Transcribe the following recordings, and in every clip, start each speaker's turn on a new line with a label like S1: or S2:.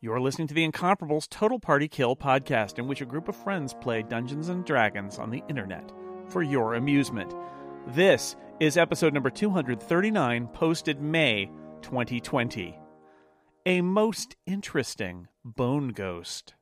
S1: You're listening to the Incomparables Total Party Kill podcast, in which a group of friends play Dungeons and Dragons on the internet for your amusement. This is episode number 239, posted May 2020. A most interesting bone ghost.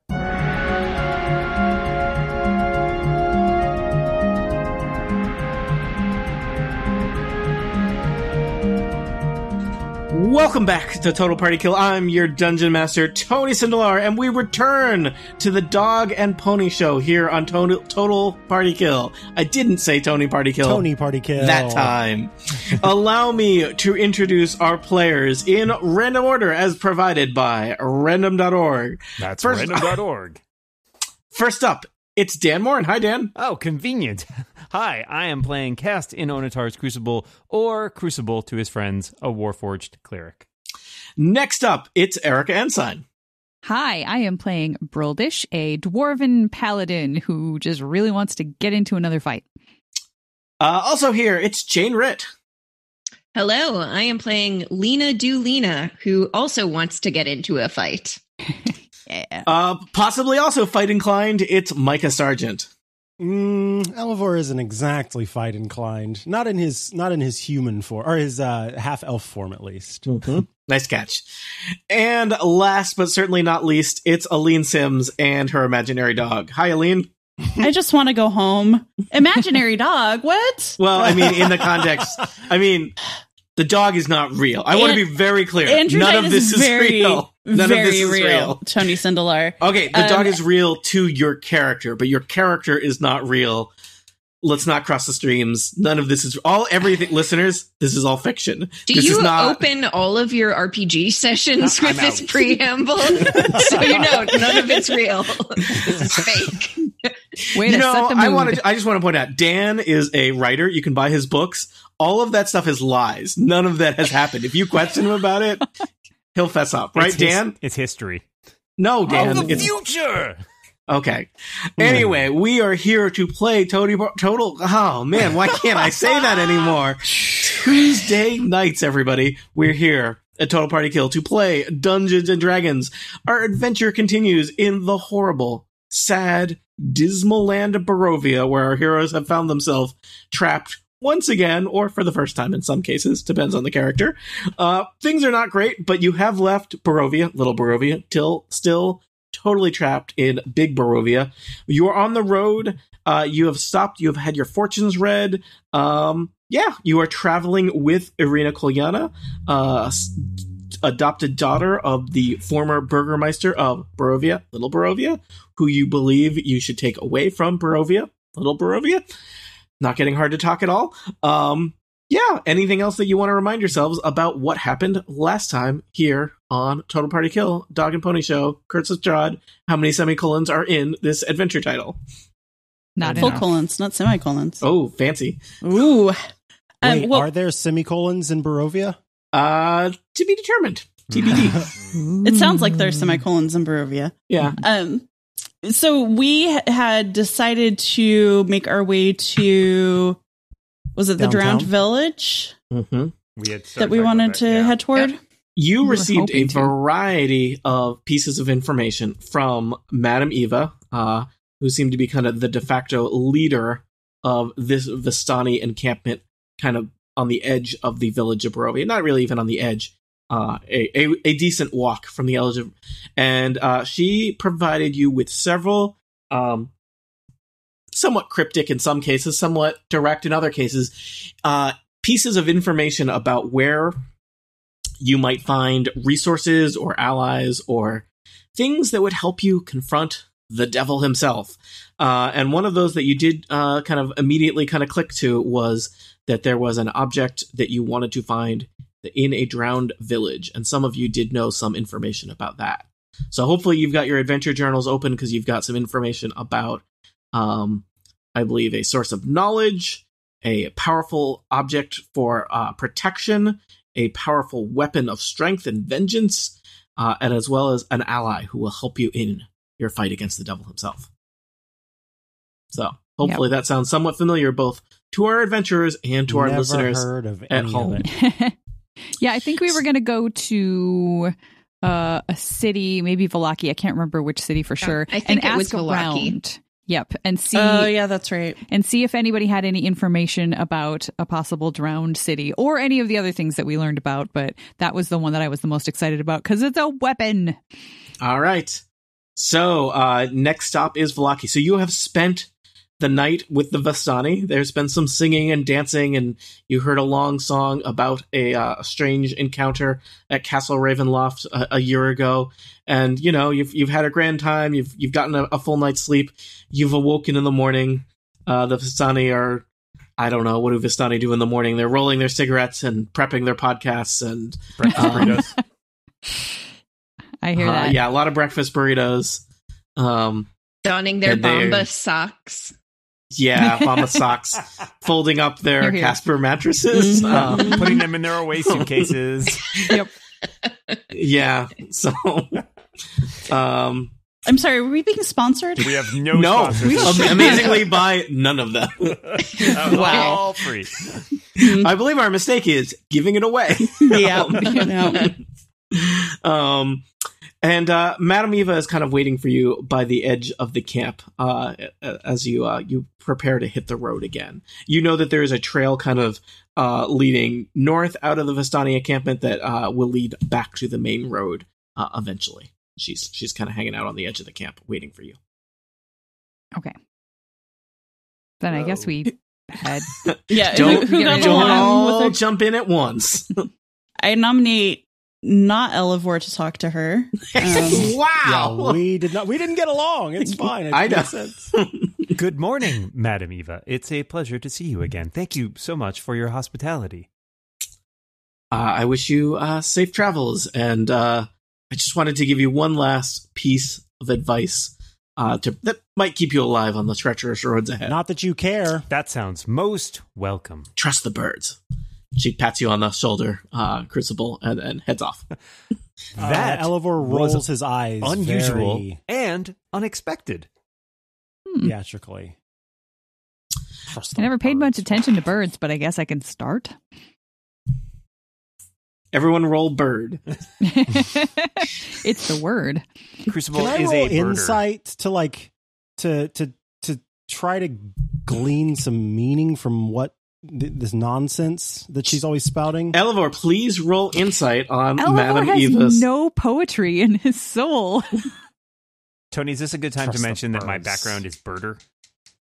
S2: Welcome back to Total Party Kill. I'm your dungeon master, Tony Sindelar, and we return to the Dog and Pony Show here on Total, Total Party Kill. I didn't say Tony Party Kill
S3: Tony Party Kill.
S2: that time. Allow me to introduce our players in random order as provided by random.org.
S4: That's
S2: First-
S4: random.org.
S2: First up, it's Dan Morin. Hi, Dan.
S5: Oh, convenient. Hi, I am playing Cast in Onatar's Crucible or Crucible to his friends, a Warforged cleric.
S2: Next up, it's Erica Ensign.
S6: Hi, I am playing Brildish, a dwarven paladin who just really wants to get into another fight.
S2: Uh, also here, it's Jane Ritt.
S7: Hello, I am playing Lena Do Lena, who also wants to get into a fight.
S6: Yeah.
S2: Uh, possibly also fight inclined, it's Micah Sargent.
S3: Mm, Elevor isn't exactly fight inclined. Not in his not in his human form or his uh, half elf form at least.
S2: Nice catch. And last but certainly not least, it's Aline Sims and her imaginary dog. Hi, Aline.
S8: I just want to go home. Imaginary dog. What?
S2: Well, I mean, in the context, I mean, the dog is not real. I want to
S8: An-
S2: be very clear.
S8: Andrew
S2: None
S8: Dice
S2: of this is
S8: very,
S2: real. None
S8: very
S2: of this is real.
S8: Tony Sindelar.
S2: Okay, the
S8: Um,
S2: dog is real to your character, but your character is not real. Let's not cross the streams. None of this is all everything, listeners. This is all fiction.
S7: Do
S2: this
S7: you
S2: is not
S7: open all of your RPG sessions
S4: Uh,
S7: with
S4: I'm
S7: this
S4: out.
S7: preamble? so you know none of it's real. this is fake.
S6: Way
S2: you
S6: to
S2: know,
S6: set the mood.
S2: I want to. I just want to point out, Dan is a writer. You can buy his books. All of that stuff is lies. None of that has happened. If you question him about it, he'll fess up, right,
S5: It's his-
S2: Dan?
S5: it's history.
S2: No,
S3: Oh,
S2: Dan. it's-
S4: future.
S2: okay. Anyway, we are here to play Tony Bar- Total. Oh man, why can't I say that anymore? Tuesday nights, everybody. We're here at Total Party Kill to play Dungeons and Dragons. Our adventure continues in the horrible, sad, dismal land of Barovia, where our heroes have found themselves trapped once again, or for the first time in some cases, depends on the character. Uh, things are not great, but you have left Barovia, little Barovia, till still totally trapped in big Barovia. You are on the road. Uh, you have stopped. You have had your fortunes read. Um, yeah, you are traveling with Irina Kolyana, uh, s- adopted daughter of the former Burgermeister of Barovia, Little Barovia, who you believe you should take away from Barovia, Little Barovia. Not getting hard to talk at all. Um, yeah, anything else that you want to remind yourselves about what happened last time here on Total Party Kill, Dog and Pony Show, Kurtz with Jod, how many semicolons are in this adventure title?
S6: Not
S8: Full
S6: enough.
S8: colons, not semicolons.
S2: Oh, fancy.
S8: Ooh. Um,
S3: Wait,
S8: well,
S3: are there semicolons in Barovia?
S2: Uh, to be determined. TBD.
S8: it sounds like there's semicolons in Barovia.
S2: yeah.
S8: Um, so we ha- had decided to make our way to was it the
S3: Downtown?
S8: drowned village
S2: Mm-hmm.
S5: We had
S8: that we wanted to head toward?
S2: You
S6: We were
S2: received a
S6: hoping to.
S2: variety of pieces of information from Madam Eva, uh, who seemed to be kind of the de facto leader of this Vistani encampment, kind of on the edge of the village of Barovia. Not really even on the edge. Uh, a, a, a decent walk from the edge of, and uh, she provided you with several um, somewhat cryptic in some cases, somewhat direct in other cases, uh, pieces of information about where you might find resources or allies or things that would help you confront the devil himself. Uh, and one of those that you did uh, kind of immediately kind of click to was that there was an object that you wanted to find in a drowned village. And some of you did know some information about that. So hopefully you've got your adventure journals open because you've got some information about, um, I believe, a source of knowledge, a powerful object for uh, protection, a powerful weapon of strength and vengeance, uh, and as well as an ally who will help you in your fight against the devil himself. So, hopefully, that sounds somewhat familiar both to our adventurers and to our
S3: Never
S2: listeners.
S3: heard of
S2: at
S3: any
S2: home.
S3: Of it.
S6: yeah, I think we were going to go to uh, a city, maybe Valaki. I can't remember which city for
S7: Yeah,
S6: sure.
S7: I think
S6: and
S7: it
S6: ask
S7: was Valaki.
S6: around. Yep, and see
S8: Oh, yeah, that's right.
S6: and see if anybody had any information about a possible drowned city or any of the other things that we learned about. But that was the one that I was the most excited about because it's a weapon.
S2: All right. So uh, next stop is Velaki. So you have spent the night with the Vastani. There's been some singing and dancing, and you heard a long song about a, uh, a strange encounter at Castle Ravenloft uh, a, a year ago. And you know you've you've had a grand time. You've you've gotten a, a full night's sleep. You've awoken in the morning. Uh, the Vistani are. I don't know what do Vistani do in the morning. They're rolling their cigarettes and prepping their podcasts and
S5: Breakfast
S2: Um,
S5: burritos.
S6: I hear
S2: uh,
S6: that.
S2: yeah, a lot of breakfast burritos. Um,
S7: donning their
S2: And they're-
S7: Bomba socks.
S2: Yeah, mama socks, folding up their
S6: Here, here.
S2: Casper mattresses.
S6: Mm-hmm.
S2: Um,
S5: putting them in their away suitcases.
S2: yeah, so um,
S8: I'm sorry, were we being sponsored?
S5: We have no,
S2: no,
S5: sponsors.
S2: am- amazingly by none of them.
S5: That was
S7: Wow.
S5: all free.
S2: I believe our mistake is giving it away.
S8: yeah. no.
S2: um, and uh, Madame Eva is kind of waiting for you by the edge of the camp uh, as you uh, you prepare to hit the road again. You know that there is a trail kind of uh, leading north out of the Vistani encampment that uh, will lead back to the main road uh, eventually. She's she's kind of hanging out on the edge of the camp, waiting for you.
S6: Then I guess we had
S8: Yeah.
S2: Don't-
S8: Uh, who, who
S6: Yeah,
S8: got the
S2: Don't
S8: one
S2: all
S8: with the-
S2: jump in at once.
S8: I nominate not Elevore to talk to her. Um,
S3: Yeah, we did not. We didn't get along. It's fine. It
S2: I know.
S3: makes sense.
S5: Oh, Good morning, Madam Eva. It's a pleasure to see you again. Thank you so much for your hospitality.
S2: Uh, I wish you uh, safe travels, and uh, I just wanted to give you one last piece of advice uh, to, that might keep you alive on the treacherous roads ahead.
S3: Not that you care.
S5: That sounds most welcome.
S2: Trust the birds. She pats you on the shoulder, uh, Crucible, and, and heads off.
S5: That
S3: uh, Elevor
S5: was
S3: rolls his eyes
S5: Unusual
S3: very
S5: and unexpected.
S6: hmm,
S3: theatrically. Trust
S6: I
S3: the
S6: never paid
S3: birds.
S6: much attention to birds, but I guess I can start.
S2: Everyone roll bird.
S6: it's the word.
S5: Crucible
S3: Can I
S5: is
S3: roll
S5: a birder.
S3: insight to like to to to try to glean some meaning from what th- this nonsense that she's always spouting?
S2: Elevor, please roll insight on
S6: Elevore
S2: Madame
S6: has
S2: Eva's.
S6: no poetry in his soul.
S5: Tony, is this a good time
S3: Trust
S5: to
S3: the
S5: mention that my
S3: birds.
S5: background is birder?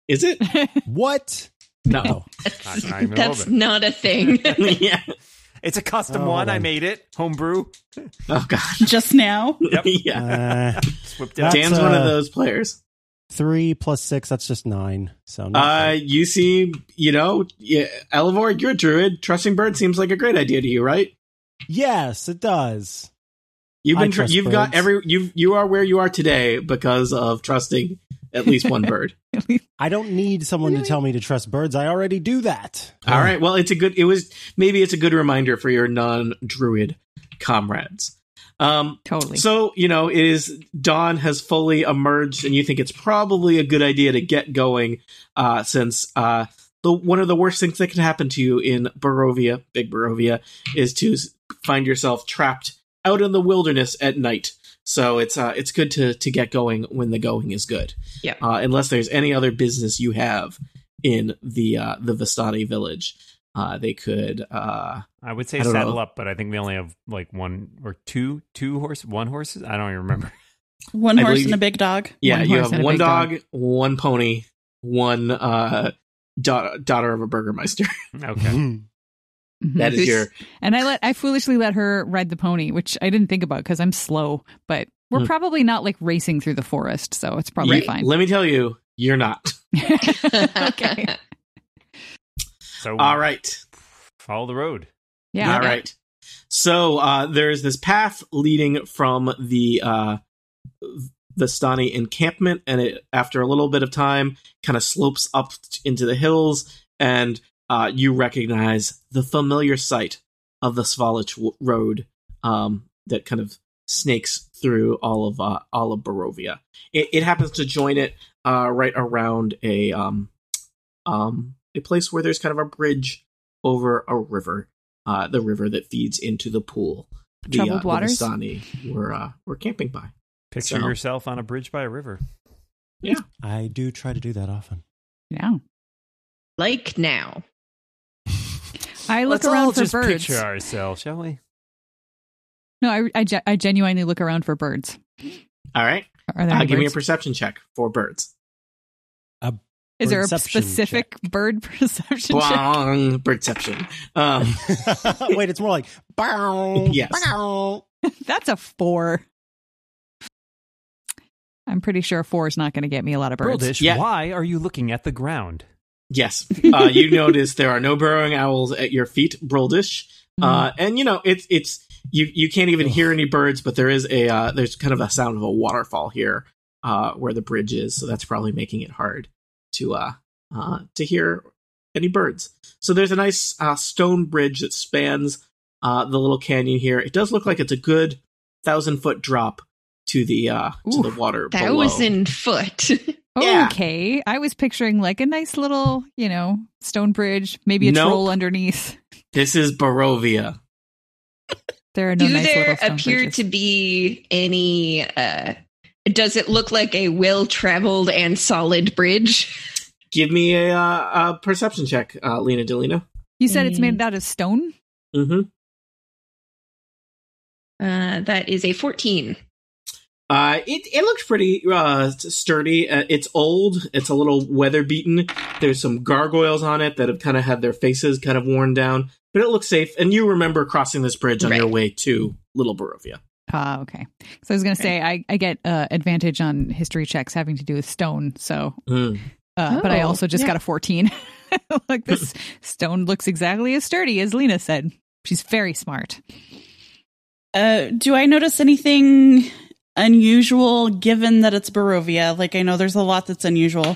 S2: Is it?
S3: What?
S2: No.
S5: Not- not even a little
S7: That's
S5: bit.
S7: not a thing.
S2: yeah.
S5: It's a custom
S3: Oh,
S5: one.
S3: hold
S5: I
S3: on.
S5: made it. Homebrew.
S2: Oh God.
S8: just now.
S5: Yep.
S2: yeah.
S3: Uh,
S5: Swipped it
S3: That's,
S2: Dan's one of
S3: uh,
S2: those players.
S3: three plus six. That's just nine. So not
S2: Uh, you see, you know, yeah, Elevor, you're a druid. Trusting bird seems like a great idea to you, right?
S3: yes, it does.
S2: You've
S3: I
S2: been, tr-
S3: trust
S2: you've got
S3: birds.
S2: every, you you are where you are today because of trusting at least one bird.
S3: I don't need someone to tell me to trust birds. I already do that.
S2: All right. Well, it's a good. It was maybe it's a good reminder for your non-druid comrades. Um,
S6: totally.
S2: so you know, it is dawn has fully emerged, and you think it's probably a good idea to get going, uh, since uh, the one of the worst things that can happen to you in Barovia, Big Barovia, is to s- find yourself trapped out in the wilderness at night. So it's uh, it's good to to get going when the going is good.
S7: Yeah.
S2: Uh, unless there's any other business you have in the uh, the Vistani village, uh, they could. Uh,
S5: I would say
S2: I don't
S5: saddle
S2: know.
S5: up, but I think we only have like one or two, two horse, one horses. I don't even remember.
S8: One
S2: I
S8: horse
S2: believe-
S8: and a big dog.
S2: Yeah,
S6: One
S2: you
S6: horse
S2: have
S6: and a
S2: one
S6: big dog.
S2: dog, one pony, one uh, daughter, daughter of a burgermeister. Mm-hmm.
S5: Okay.
S6: Mhm.
S2: that is
S7: Who's-
S2: your
S6: And I let I foolishly let her ride the pony, which I didn't think about because I'm slow. But we're
S2: Hmm.
S6: probably not like racing through the forest, so it's probably
S2: you-
S6: fine.
S2: Let me tell you, you're not.
S6: okay.
S5: So
S2: All right.
S5: follow the road.
S6: Yeah.
S2: All right. So uh, there's this path leading from the uh, Vistani encampment, and it, after a little bit of time, kind of slopes up t- into the hills, and uh, you recognize the familiar sight of the Svalich w- Road um, that kind of snakes through all of uh, all of Barovia. It, it happens to join it uh, right around a um, um, a place where there's kind of a bridge over a river uh, the river that feeds into the pool the,
S6: Troubled
S2: uh, the
S6: waters?
S2: Vistani were uh, were camping by.
S5: Picture
S2: So-
S5: yourself on a bridge by a river.
S3: I do try to do that often.
S6: Yeah.
S7: Like now.
S6: I look
S5: Let's all
S6: around for
S5: just
S6: birds.
S5: picture ourselves, shall we?
S6: No, I, I, ge- I genuinely look around for birds.
S2: All right,
S6: Are there
S2: uh,
S6: any
S2: give me a
S6: birds?
S2: perception check for birds.
S6: Is there a
S3: perception
S6: specific bird perception check?
S2: Bong, birdception. Um,
S3: Wait, it's more like bow,
S2: Yes.
S3: bow.
S6: That's a four. I'm pretty sure a four is not going to get me a lot of birds.
S5: Brodish,
S2: Yeah.
S5: why are you looking at the ground?
S2: yes, uh, you notice there are no burrowing owls at your feet, Broldish.
S6: Mm.
S2: Uh, and you know it's it's you you can't even hear any birds, but there is a uh, there's kind of a sound of a waterfall here uh, where the bridge is, so that's probably making it hard to uh, uh, to hear any birds. So there's a nice uh, stone bridge that spans uh, the little canyon here. It does look like it's a good thousand foot drop to the uh, to the water below.
S7: Thousand foot.
S2: yeah.
S6: Oh, Okay. I was picturing like a nice little, you know, stone bridge, maybe a
S2: Nope.
S6: troll underneath.
S2: This is Barovia.
S6: There are no
S7: Do
S6: nice
S7: there
S6: little stone
S7: appear
S6: bridges.
S7: to be any uh does it look like a well traveled and solid bridge?
S2: Give me a, uh, a perception check, uh, Lena Delina.
S6: You said it's made out of stone?
S2: Mm-hmm.
S7: Uh that is a 14.
S2: Uh, it it looks pretty uh, sturdy. Uh, it's old. It's a little weather beaten. There's some gargoyles on it that have kind of had their faces kind of worn down, but it looks safe. And you remember crossing this bridge on your
S7: Right.
S2: way to Little Barovia.
S6: Ah, okay. So I was going to say I, I get uh, advantage on history checks having to do with stone. So,
S2: Mm.
S6: uh, but I
S7: Oh,
S6: also just
S7: yeah.
S6: got a 14. like this stone looks exactly as sturdy as Lena said. She's very smart.
S8: Uh, do I notice anything unusual given that it's Barovia? Like I know there's a lot that's unusual.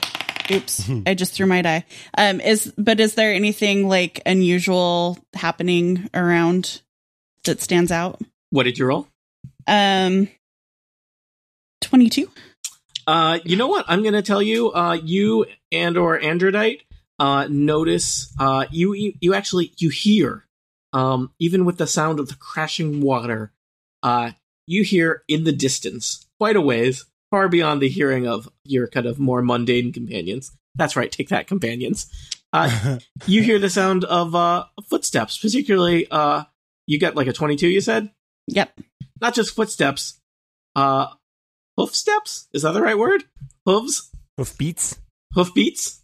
S8: Oops,
S2: Mm-hmm.
S8: I just threw my die. Um, is but is there anything like unusual happening around that stands out?
S2: What did you roll?
S8: Um, twenty two.
S2: Uh, you know what? I'm going to tell you. Uh, you and or Androdite uh, notice. Uh, you you- you actually you hear. Um, even with the sound of the crashing water, uh, you hear in the distance, quite a ways, far beyond the hearing of your kind of more mundane companions. That's right, take that, companions. Uh, you hear the sound of uh, footsteps, particularly. Uh, you got like a 22. You said
S8: Yep.
S2: not just footsteps, uh, hoof steps. Is that the right word? Hooves,
S5: Hoof beats?
S2: hoof beats.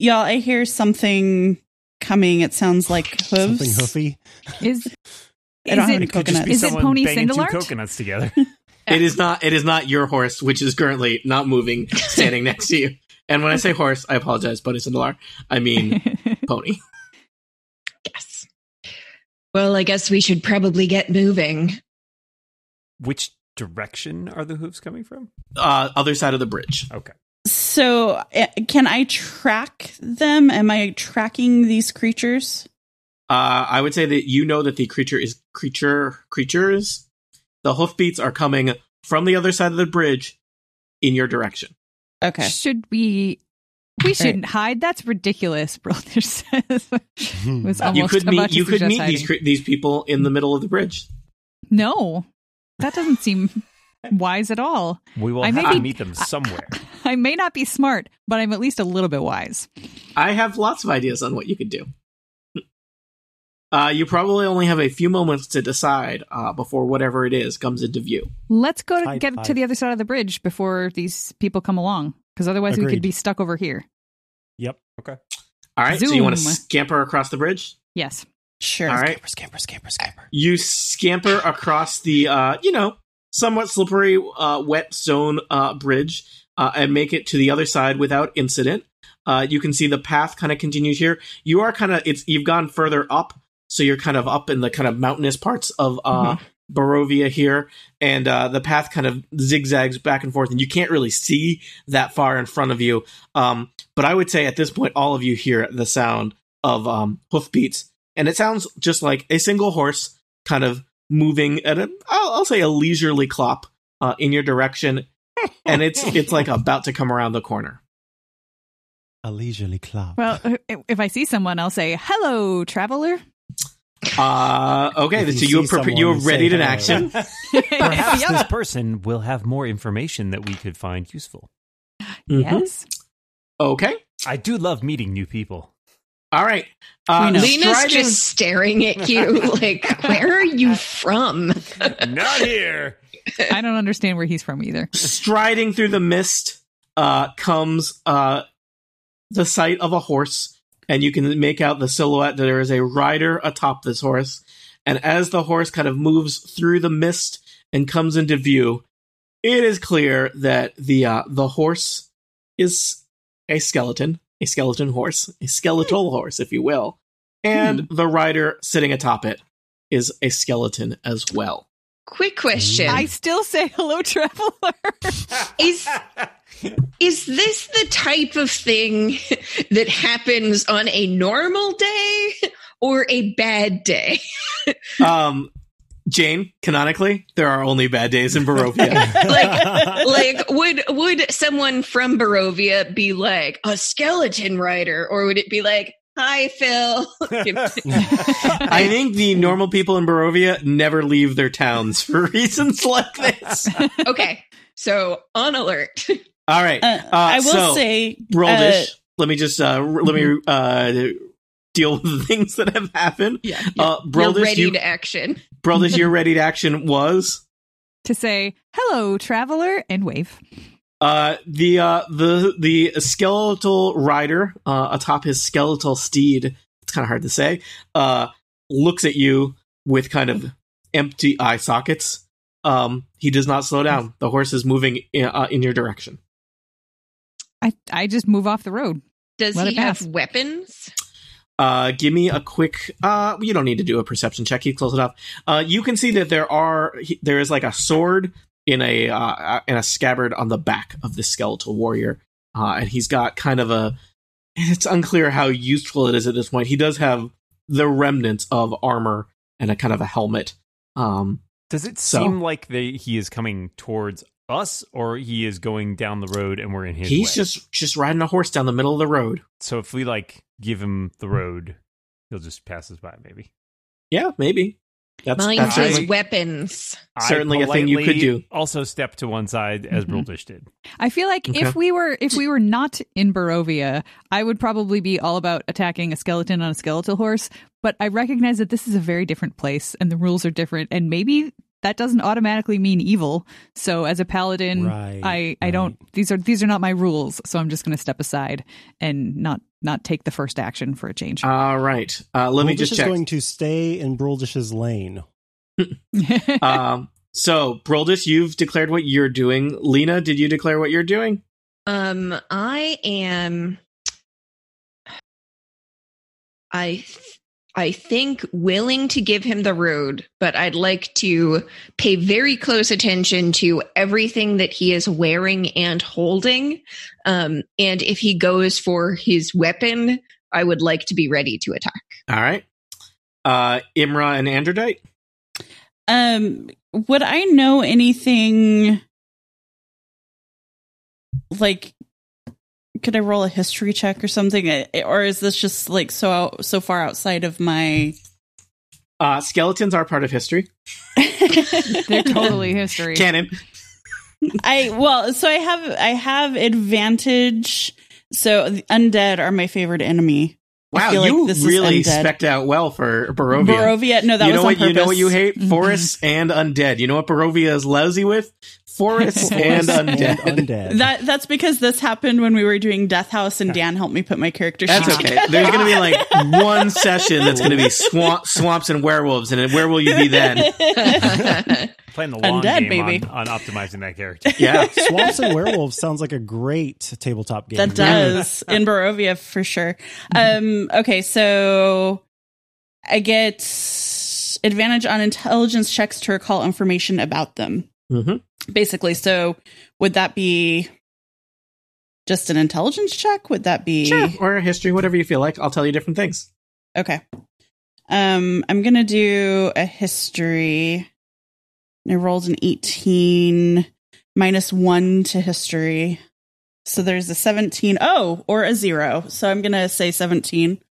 S8: Y'all, I hear something coming. It sounds like hooves.
S3: Something hoofy.
S6: Is
S8: I don't
S6: is
S8: have any
S6: it
S5: Could just
S8: coconuts.
S5: be
S6: Is it
S5: someone
S6: Pony
S5: banging two
S6: Cinderlart?
S5: coconuts together.
S2: It is not. It is not your horse, which is currently not moving, standing next to you. And when I say horse, I apologize, Pony Cindelar. I mean pony.
S7: Yes. Well, I guess we should probably get moving.
S5: Which direction are the hooves coming from?
S2: Uh, other side of the bridge.
S5: Okay.
S8: So, uh, can I track them? Am I tracking these creatures?
S2: Uh, I would say that you know that the creature is creature creatures. The hoof beats are coming from the other side of the bridge, in your direction.
S8: Okay.
S6: should we we shouldn't hide. That's ridiculous, brother says.
S5: Hmm.
S6: It was
S2: you
S6: almost
S2: could
S6: about
S2: meet.
S6: to
S2: You could
S6: suggest
S2: meet
S6: hiding.
S2: these cre- these people in the middle of the bridge.
S6: No, that doesn't seem wise at all.
S5: We will
S6: I
S5: have
S6: may
S5: to
S6: be-
S5: meet them somewhere.
S6: I may not be smart, but I'm at least a little bit wise.
S2: I have lots of ideas on what you could do. Uh, you probably only have a few moments to decide uh, before whatever it is comes into view.
S6: Let's go to
S3: High
S6: get
S3: five.
S6: to the other side of the bridge before these people come along, because otherwise we
S3: Agreed.
S6: could be stuck over here.
S3: Yep.
S2: All right, so you want to
S6: Zoom.
S2: scamper across the bridge?
S6: Yes.
S8: Sure.
S2: All right. You scamper across the, uh, you know, somewhat slippery, uh, wet stone uh, bridge uh, and make it to the other side without incident. Uh, you can see the path kind of continues here. You are kind of it's you've gone further up, so you're kind of up in the kind of mountainous parts of uh, Barovia here, and uh, the path kind of zigzags back and forth, and you can't really see that far in front of you. Um, but I would say at this point, all of you hear the sound of um, hoofbeats, and it sounds just like a single horse kind of moving at a I'll, I'll say a leisurely clop uh, in your direction, and it's it's like about to come around the corner.
S3: A leisurely clap.
S6: Well, if I see someone, I'll say hello, traveler.
S2: Uh, okay,
S3: If you
S2: so you
S3: see
S2: have prepa-
S3: someone,
S2: you have
S3: say
S2: readied an
S3: hello.
S2: action.
S5: Perhaps this person will have more information that we could find useful.
S2: Mhm.
S6: Yes.
S2: Okay.
S5: I do love meeting new people.
S2: All right. Uh,
S6: We know.
S7: Lena's
S2: Strider-
S7: just staring at you like, where are you from?
S5: Not here.
S6: I don't understand where he's from either.
S2: striding through the mist uh, comes uh, the sight of a horse, and you can make out the silhouette that there is a rider atop this horse. And as the horse kind of moves through the mist and comes into view, it is clear that the uh, the horse is a skeleton, a skeleton horse, a skeletal horse, if you will, and the rider sitting atop it is a skeleton as well.
S7: Quick question.
S6: I still say hello, traveler.
S7: is is this the type of thing that happens on a normal day or a bad day?
S2: um Jane, canonically, there are only bad days in Barovia.
S7: like like would would someone from Barovia be like a skeleton rider or would it be like Hi, Phil.
S2: I think the normal people in Barovia never leave their towns for reasons like this.
S7: okay, so on alert.
S2: All right.
S8: Uh, I will
S2: so,
S8: say,
S2: roll
S8: uh,
S2: dish. Let me just uh r- let
S7: mm-hmm.
S2: me uh deal with the things that have happened.
S7: Yeah,
S2: Uh
S7: you're
S2: Broldish,
S7: ready
S2: you,
S7: to action.
S2: Broldish, your ready to action was
S6: to say hello, traveler, and wave.
S2: uh the uh the the skeletal rider uh atop his skeletal steed it's kind of hard to say uh looks at you with kind of empty eye sockets um he does not slow down the horse is moving in, uh, in your direction
S6: I I just move off the road.
S7: Does
S6: Let
S7: he
S6: it pass.
S7: have weapons?
S2: uh give me a quick uh you don't need to do a perception check he close it up uh you can see that there are he, there is like a sword in a uh, uh in a scabbard on the back of the skeletal warrior uh and he's got kind of a it's unclear how useful it is at this point he does have the remnants of armor and a kind of a helmet um
S5: Does it
S2: So-
S5: seem like they, he is coming towards us, or he is going down the road and we're in his
S2: he's
S5: way?
S2: just just riding a horse down the middle of the road
S5: so if we like give him the road, he'll just pass us by. Maybe
S2: yeah maybe that's,
S7: Mine
S2: that's
S7: says
S2: certainly,
S7: weapons.
S5: I
S2: Certainly a thing you could
S5: politely
S2: do. Mm-hmm.
S5: Also, step to one side as
S6: Mhm.
S5: Broldish did.
S6: I feel like
S2: Okay.
S6: if we were if we were not in Barovia, I would probably be all about attacking a skeleton on a skeletal horse. But I recognize that this is a very different place and the rules are different, and maybe that doesn't automatically mean evil. So as a paladin,
S3: Right,
S6: I I
S3: right.
S6: don't these are these are not my rules. So I'm just going to step aside and not not take the first action for a change.
S2: all right uh let me
S3: Broldish
S2: just
S3: is
S2: check
S3: going to stay in Broldish's lane. uh,
S2: um, so Broldis, you've declared what you're doing. Lena, did you declare what you're doing?
S7: Um, I am. I, th- I think willing to give him the road, but I'd like to pay very close attention to everything that he is wearing and holding. Um, and if he goes for his weapon, I would like to be ready to attack.
S2: All right. Uh, Imra and Androdite.
S8: um, would I know anything? Like, could I roll a history check or something, Uh, or is this just like so out, so far outside of my?
S2: Uh, skeletons are part of history.
S6: They're totally history.
S2: Canon.
S8: I well, so I have I have advantage. So the undead are my favorite enemy. I
S2: Wow,
S8: feel like
S2: you
S8: this is
S2: really
S8: undead.
S2: specked out well for Barovia.
S8: Barovia. No, that
S2: you
S8: was
S2: know
S8: on
S2: what?
S8: purpose. Mm-hmm.
S2: You know what you hate?
S6: Mhm.
S2: Forests and undead. You know what Barovia is lousy with? Forests and undead.
S3: And undead.
S8: That that's because this happened when we were doing Death House, and Dan helped me put my character sheet
S2: That's okay.
S8: together.
S2: There's going to be like one session that's going to be swamp, swamps and werewolves, and where will you be then?
S5: Playing the long
S8: Undead,
S5: game
S8: baby.
S5: On, on optimizing that character.
S2: Yeah.
S3: Swamps and Werewolves sounds like a great tabletop game.
S8: that does in Barovia for sure. Um,
S2: Mm-hmm.
S8: okay, so I get advantage on intelligence checks to recall information about them.
S2: hmm
S8: basically so would that be just an intelligence check would that be
S2: Sure. Or history, whatever you feel like. I'll tell you different things.
S8: okay um i'm gonna do a history i rolled an 18 minus one to history so there's a 17 oh or a zero so i'm gonna say 17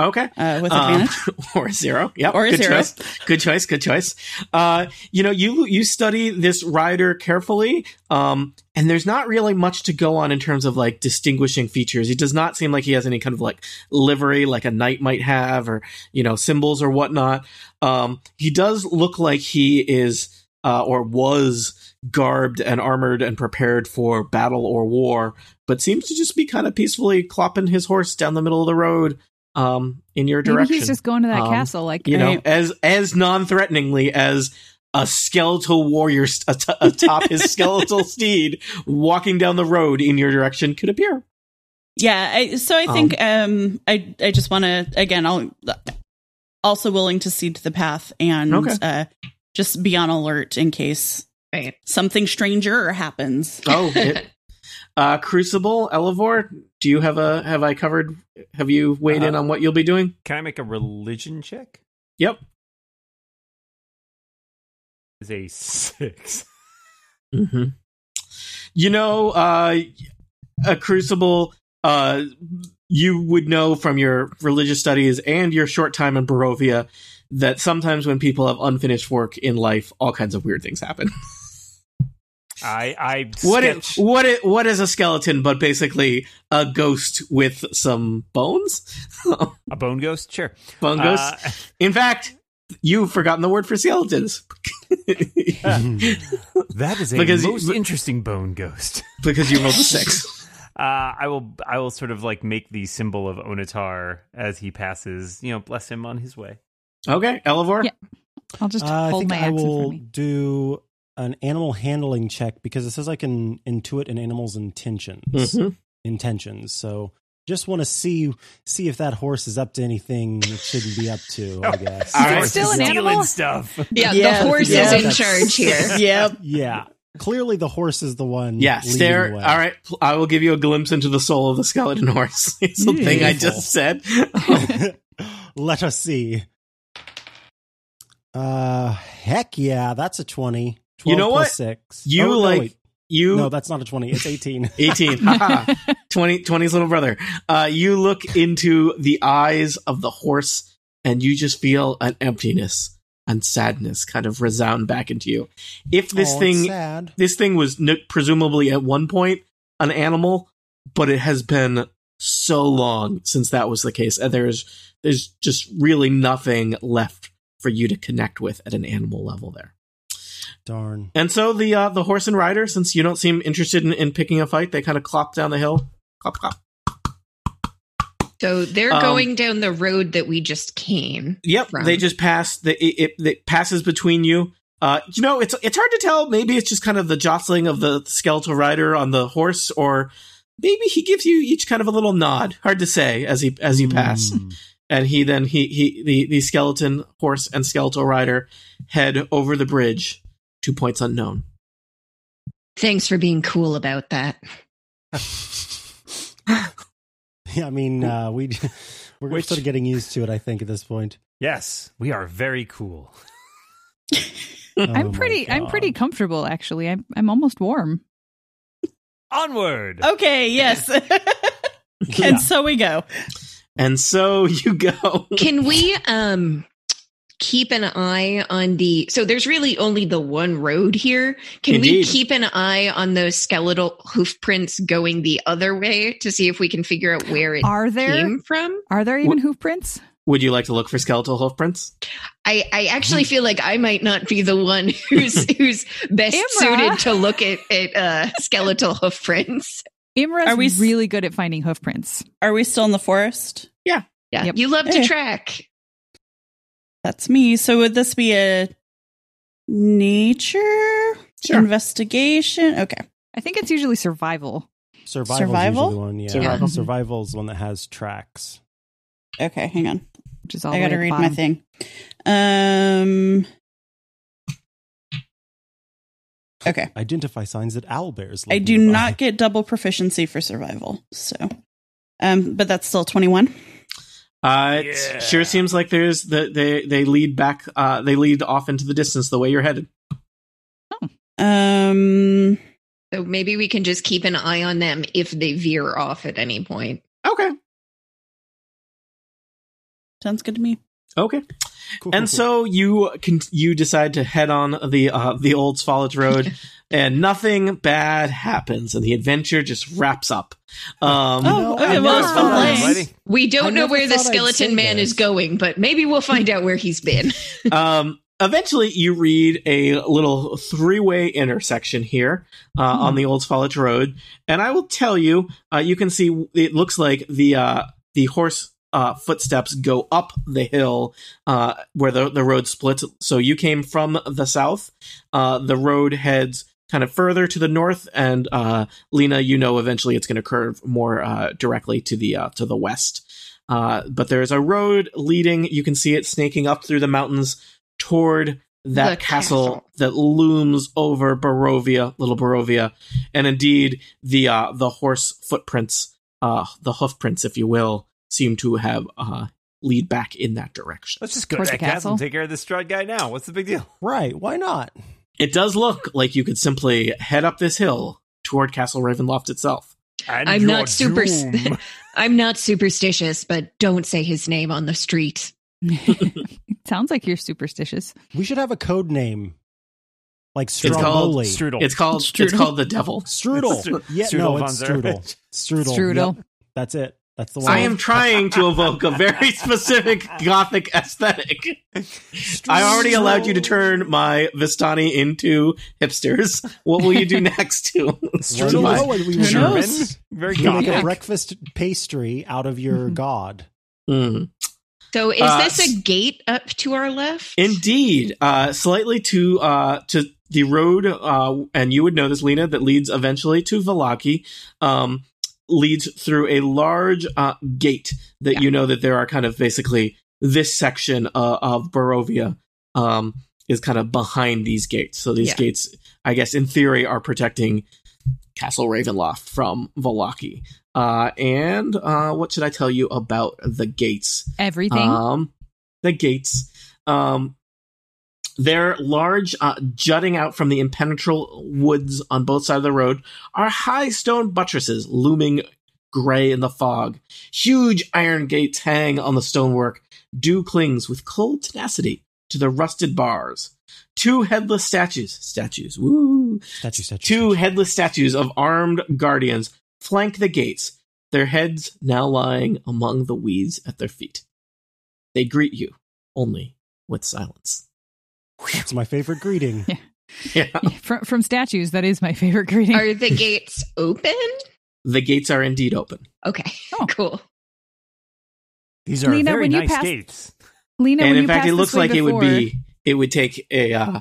S2: Okay.
S8: uh, with
S2: Um,
S8: advantage.
S2: or a zero. Yep.
S8: Or a
S2: good
S8: zero.
S2: Choice. Good choice. Good choice. Uh, you know, you you study this rider carefully, um, and there's not really much to go on in terms of like distinguishing features. He does not seem like he has any kind of like livery, like a knight might have, or you know, symbols or whatnot. Um, he does look like he is uh, or was garbed and armored and prepared for battle or war, but seems to just be kind of peacefully clopping his horse down the middle of the road um, in your
S6: Maybe
S2: direction
S6: he's just going to that
S2: Um,
S6: castle. Like,
S2: you know,
S8: Right.
S2: as as non-threateningly as a skeletal warrior st- at- atop his skeletal steed walking down the road in your direction could appear.
S8: Yeah, I, so I think um, I I just want to again I'll also willing to cede to the path and
S2: Okay.
S8: uh, just be on alert in case
S7: Right.
S8: something stranger happens.
S2: Oh, it, uh, Crucible Elevor, do you have a have I covered? Have you weighed in
S5: Uh,
S2: on what you'll be doing?
S5: Can I make a religion check?
S2: Yep.
S5: Is a six.
S2: Mm-hmm. You know, uh, a crucible. Uh, you would know from your religious studies and your short time in Barovia that sometimes when people have unfinished work in life, all kinds of weird things happen.
S5: I I
S2: What it,
S5: sketch-
S2: what it, what is a skeleton? But basically, a ghost with some bones,
S5: a bone ghost? Sure.
S2: bone ghosts.
S5: Uh,
S2: in fact, you've forgotten the word for skeletons
S5: Uh, that is a
S2: Because you-
S5: most interesting bone ghost.
S2: because you rolled a six.
S5: Uh, I will I will sort of like make the symbol of Onatar as he passes. You know, bless him on his way.
S2: Okay, Elevor.
S6: Yeah. I'll
S2: Uh,
S6: just
S3: Uh, I
S6: hold
S3: think
S6: my
S3: I
S6: axe in front
S3: will
S6: of me.
S3: do an animal handling check because it says I can intuit an animal's intentions.
S2: Mhm.
S3: Intentions. So just want to see see if that horse is up to anything it shouldn't be up to. I guess.
S2: All right.
S6: still an
S5: Stealing
S6: animal?
S5: stuff.
S7: Yeah,
S8: Yeah.
S7: the horse
S8: Yeah.
S7: is in charge here.
S8: yep.
S3: Yeah. Clearly, the horse is the one.
S2: Yeah,
S3: leading
S2: stare.
S3: the
S2: All
S3: way.
S2: right, pl- I will give you a glimpse into the soul of the skeleton horse. it's the thing I
S3: Beautiful.
S2: just said.
S3: Let us see. Uh, heck yeah, that's a twenty. 12
S2: You know
S3: plus
S2: what?
S3: six.
S2: You
S3: Oh, no,
S2: like
S3: wait.
S2: you
S3: No, that's not a twenty. It's eighteen.
S2: 18 haha, 20 20's little brother. Uh, you look into the eyes of the horse and you just feel an emptiness and sadness kind of resound back into you. If this
S3: Oh, it's
S2: thing
S3: sad.
S2: this thing was n- presumably at one point an animal, but it has been so long since that was the case, and there's there's just really nothing left for you to connect with at an animal level there.
S3: Darn.
S2: And so the uh, the horse and rider, since you don't seem interested in, in picking a fight, they kind of clop down the hill. Clop clop.
S7: So they're
S2: Um,
S7: going down the road that we just came.
S2: Yep,
S7: From.
S2: they just pass. The, it, it, it passes between you. Uh, you know, it's it's hard to tell. Maybe it's just kind of the jostling of the skeletal rider on the horse, or maybe he gives you each kind of a little nod. Hard to say as he as you
S5: Hmm.
S2: pass.
S3: Mm.
S2: and he then he he the the skeleton horse and skeletal rider head over the bridge to points unknown.
S7: Thanks for being cool about that.
S3: Yeah, I mean, uh, we we're
S5: Which-
S3: sort of getting used to it. I think at this point.
S5: Yes, we are very cool.
S3: Oh,
S6: I'm
S2: Oh
S8: Mm,
S3: my
S6: pretty. I'm
S3: God.
S6: pretty comfortable, actually. I'm. I'm almost warm.
S5: Onward.
S8: Okay. Yes.
S3: Yeah.
S8: And so we go.
S2: And so you go.
S7: Can we um keep an eye on the so there's really only the one road here. Can we
S2: Indeed.
S7: keep an eye on those skeletal hoof prints going the other way to see if we can figure out where it
S6: Are there?
S7: came from?
S6: Are there even hoof prints?
S2: Would you like to look for skeletal hoof prints?
S7: I, I actually
S2: Mm.
S7: feel like I might not be the one who's who's best
S6: Imra.
S7: suited to look at, at uh skeletal hoof prints.
S6: Imra's
S8: Are we s-
S6: really good at finding hoof prints.
S8: Are we still in the forest?
S7: Yeah.
S6: Yep. Eh.
S7: You love to
S8: Yeah.
S7: track.
S8: That's me. So would this be a nature
S2: Sure.
S8: investigation? Okay.
S6: I think it's usually survival.
S3: Survival's
S8: Survival?
S3: usually the one. Yeah,
S2: Survival.
S3: survival's the one that has tracks.
S8: Okay. Hang on.
S6: Which is all
S8: I
S6: the way
S8: gotta
S6: at the
S8: read my
S6: bottom.
S8: thing. Um. Okay.
S3: Identify signs that owl bears.
S8: I
S3: live
S8: do
S3: nearby.
S8: not get double proficiency for survival, so um, but that's still twenty one.
S2: Uh, it
S5: Yeah.
S2: sure seems like there's the they they lead back. Uh, they lead off into the distance the way you're headed.
S8: Um,
S7: So maybe we can just keep an eye on them if they veer off at any point.
S2: Okay.
S8: Sounds good to me.
S2: Okay.
S3: Cool,
S2: And
S3: cool,
S2: so you can, you decide to head on the uh, the old Sfollett Road, and nothing bad happens, and the adventure just wraps up. Um,
S8: Oh, okay,
S3: I
S8: well,
S3: never
S8: it's
S3: thought
S8: fun
S3: I'd
S8: playing.
S3: say-
S7: We
S3: I
S7: don't know
S3: never
S7: where the
S3: thought I'd say
S7: skeleton man
S3: this.
S7: is going, but maybe we'll find out where he's been.
S3: Oh.
S2: um, eventually, you read a little three way intersection here uh,
S3: Hmm.
S2: on the Old Sfollett Road, and I will tell you, uh, you can see it looks like the uh, the horse uh, footsteps go up the hill uh, where the the road splits. So you came from the south. Uh, the road heads kind of further to the north, and uh, Lena, you know, eventually it's going to curve more uh, directly to the uh, to the west. Uh, but there is a road leading. You can see it snaking up through the mountains toward that
S7: The
S2: castle,
S7: castle.
S2: that looms over Barovia, little Barovia, and indeed the uh, the horse footprints, uh, the hoofprints, if you will, seem to have uh, lead back in that direction.
S5: Let's just go
S6: Towards
S5: to that
S6: the
S5: castle.
S6: castle?
S5: and take care of this Strud guy now. What's the big deal?
S3: Right? Why not?
S2: It does look like you could simply head up this hill toward Castle Ravenloft itself.
S5: And
S7: I'm
S5: your
S7: not super.
S5: doom.
S7: I'm not superstitious, but don't say his name on the street.
S6: Sounds like you're superstitious.
S3: We should have a code name, like
S2: called
S3: Stromboli.
S5: Strudel.
S2: It's called it's
S6: Strudel.
S2: called the Devil.
S3: Strudel.
S5: Stru-
S3: yeah, no,
S5: Strudel
S3: it's
S5: von
S3: strudel.
S5: Zerich.
S3: Strudel.
S6: Strudel.
S3: Yep, that's it. That's the one.
S2: I am trying to evoke a very specific gothic aesthetic. I already allowed you to turn my Vistani into hipsters. What will you do next to?
S3: What do you know what we would
S5: German.
S8: Who
S3: do?
S8: knows?
S5: Very
S3: You make a
S5: gothic.
S3: breakfast pastry out of your god.
S2: Mm.
S7: So is
S2: Uh,
S7: this a gate up to our left?
S2: Indeed, uh, slightly to uh, to the road, uh, and you would know this, Lena, that leads eventually to Valaki. Um, leads through a large uh, gate that you know that there are kind of basically this section uh, of Barovia um, is kind of behind these gates. So these
S7: Yeah.
S2: gates, I guess, in theory, are protecting Castle Ravenloft from Valaki. Uh, and uh, what should I tell you about the gates?
S6: Everything.
S8: Uh,
S2: Um, the gates. Um, they're large, uh, jutting out from the impenetrable woods on both sides of the road are high stone buttresses looming gray in the fog. Huge iron gates hang on the stonework. Dew clings with cold tenacity to the rusted bars. Two headless statues, statues, woo,
S3: Statue, statue.
S2: Two
S3: statue.
S2: headless statues of armed guardians flank the gates, their heads now lying among the weeds at their feet. They greet you, only with silence.
S3: It's my favorite greeting.
S2: Yeah.
S6: from, from statues, that is my favorite greeting.
S7: Are the gates open?
S2: The gates are indeed open.
S7: Okay,
S6: Oh.
S7: cool.
S5: These are
S6: Lena,
S5: very
S6: when you
S5: nice
S6: pass-
S5: gates.
S6: Lena,
S2: and
S6: when
S2: in
S6: you
S2: fact,
S6: passed
S2: it
S6: this
S2: looks
S6: way
S2: like it would
S6: before-
S2: be it would take a uh,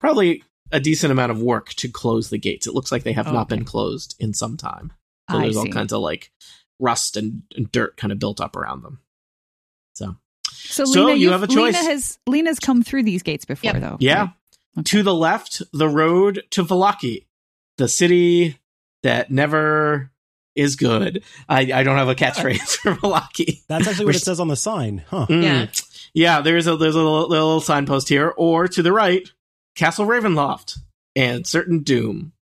S2: probably a decent amount of work to close the gates. It looks like they have
S6: Oh,
S2: not
S6: okay.
S2: been closed in some time. So
S6: I
S2: there's all
S6: see.
S2: kinds of like rust and, and dirt kind of built up around them. So
S6: So,
S2: So
S6: Lena,
S2: you
S6: you've-
S2: have a choice.
S6: Lena has Lena's come through these gates before,
S7: Yep.
S6: though.
S2: Yeah.
S6: right? Okay.
S2: To the left, the road to Valaki, the city that never is good. I, I don't have a catchphrase for Valaki.
S3: That's actually what
S2: We're
S3: it says on the sign, huh?
S2: Mm.
S7: Yeah.
S2: Yeah, there's a there's a little, little signpost here, or to the right, Castle Ravenloft and certain doom.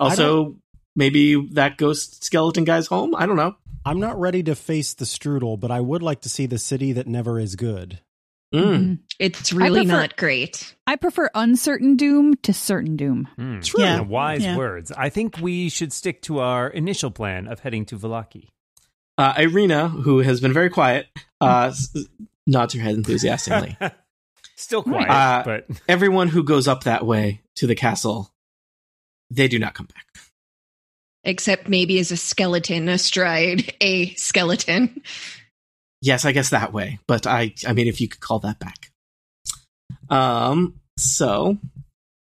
S2: Also, maybe that ghost skeleton guy's home. I don't know.
S3: I'm not ready to face the strudel, but I would like to see the city that never is good.
S2: Mm.
S6: Mhm.
S7: It's really
S6: prefer-
S7: not great.
S6: I prefer uncertain doom to certain doom.
S5: Hmm.
S3: True.
S8: Yeah.
S5: And wise
S8: Yeah.
S5: words. I think we should stick to our initial plan of heading to Valaki.
S2: Uh, Irina, who has been very quiet, uh, s- nods her head enthusiastically.
S5: Still quiet,
S2: Uh,
S5: but
S2: everyone who goes up that way to the castle, they do not come back.
S7: Except maybe as a skeleton astride a skeleton.
S2: Yes, I guess that way. But I, I mean, if you could call that back. Um. So,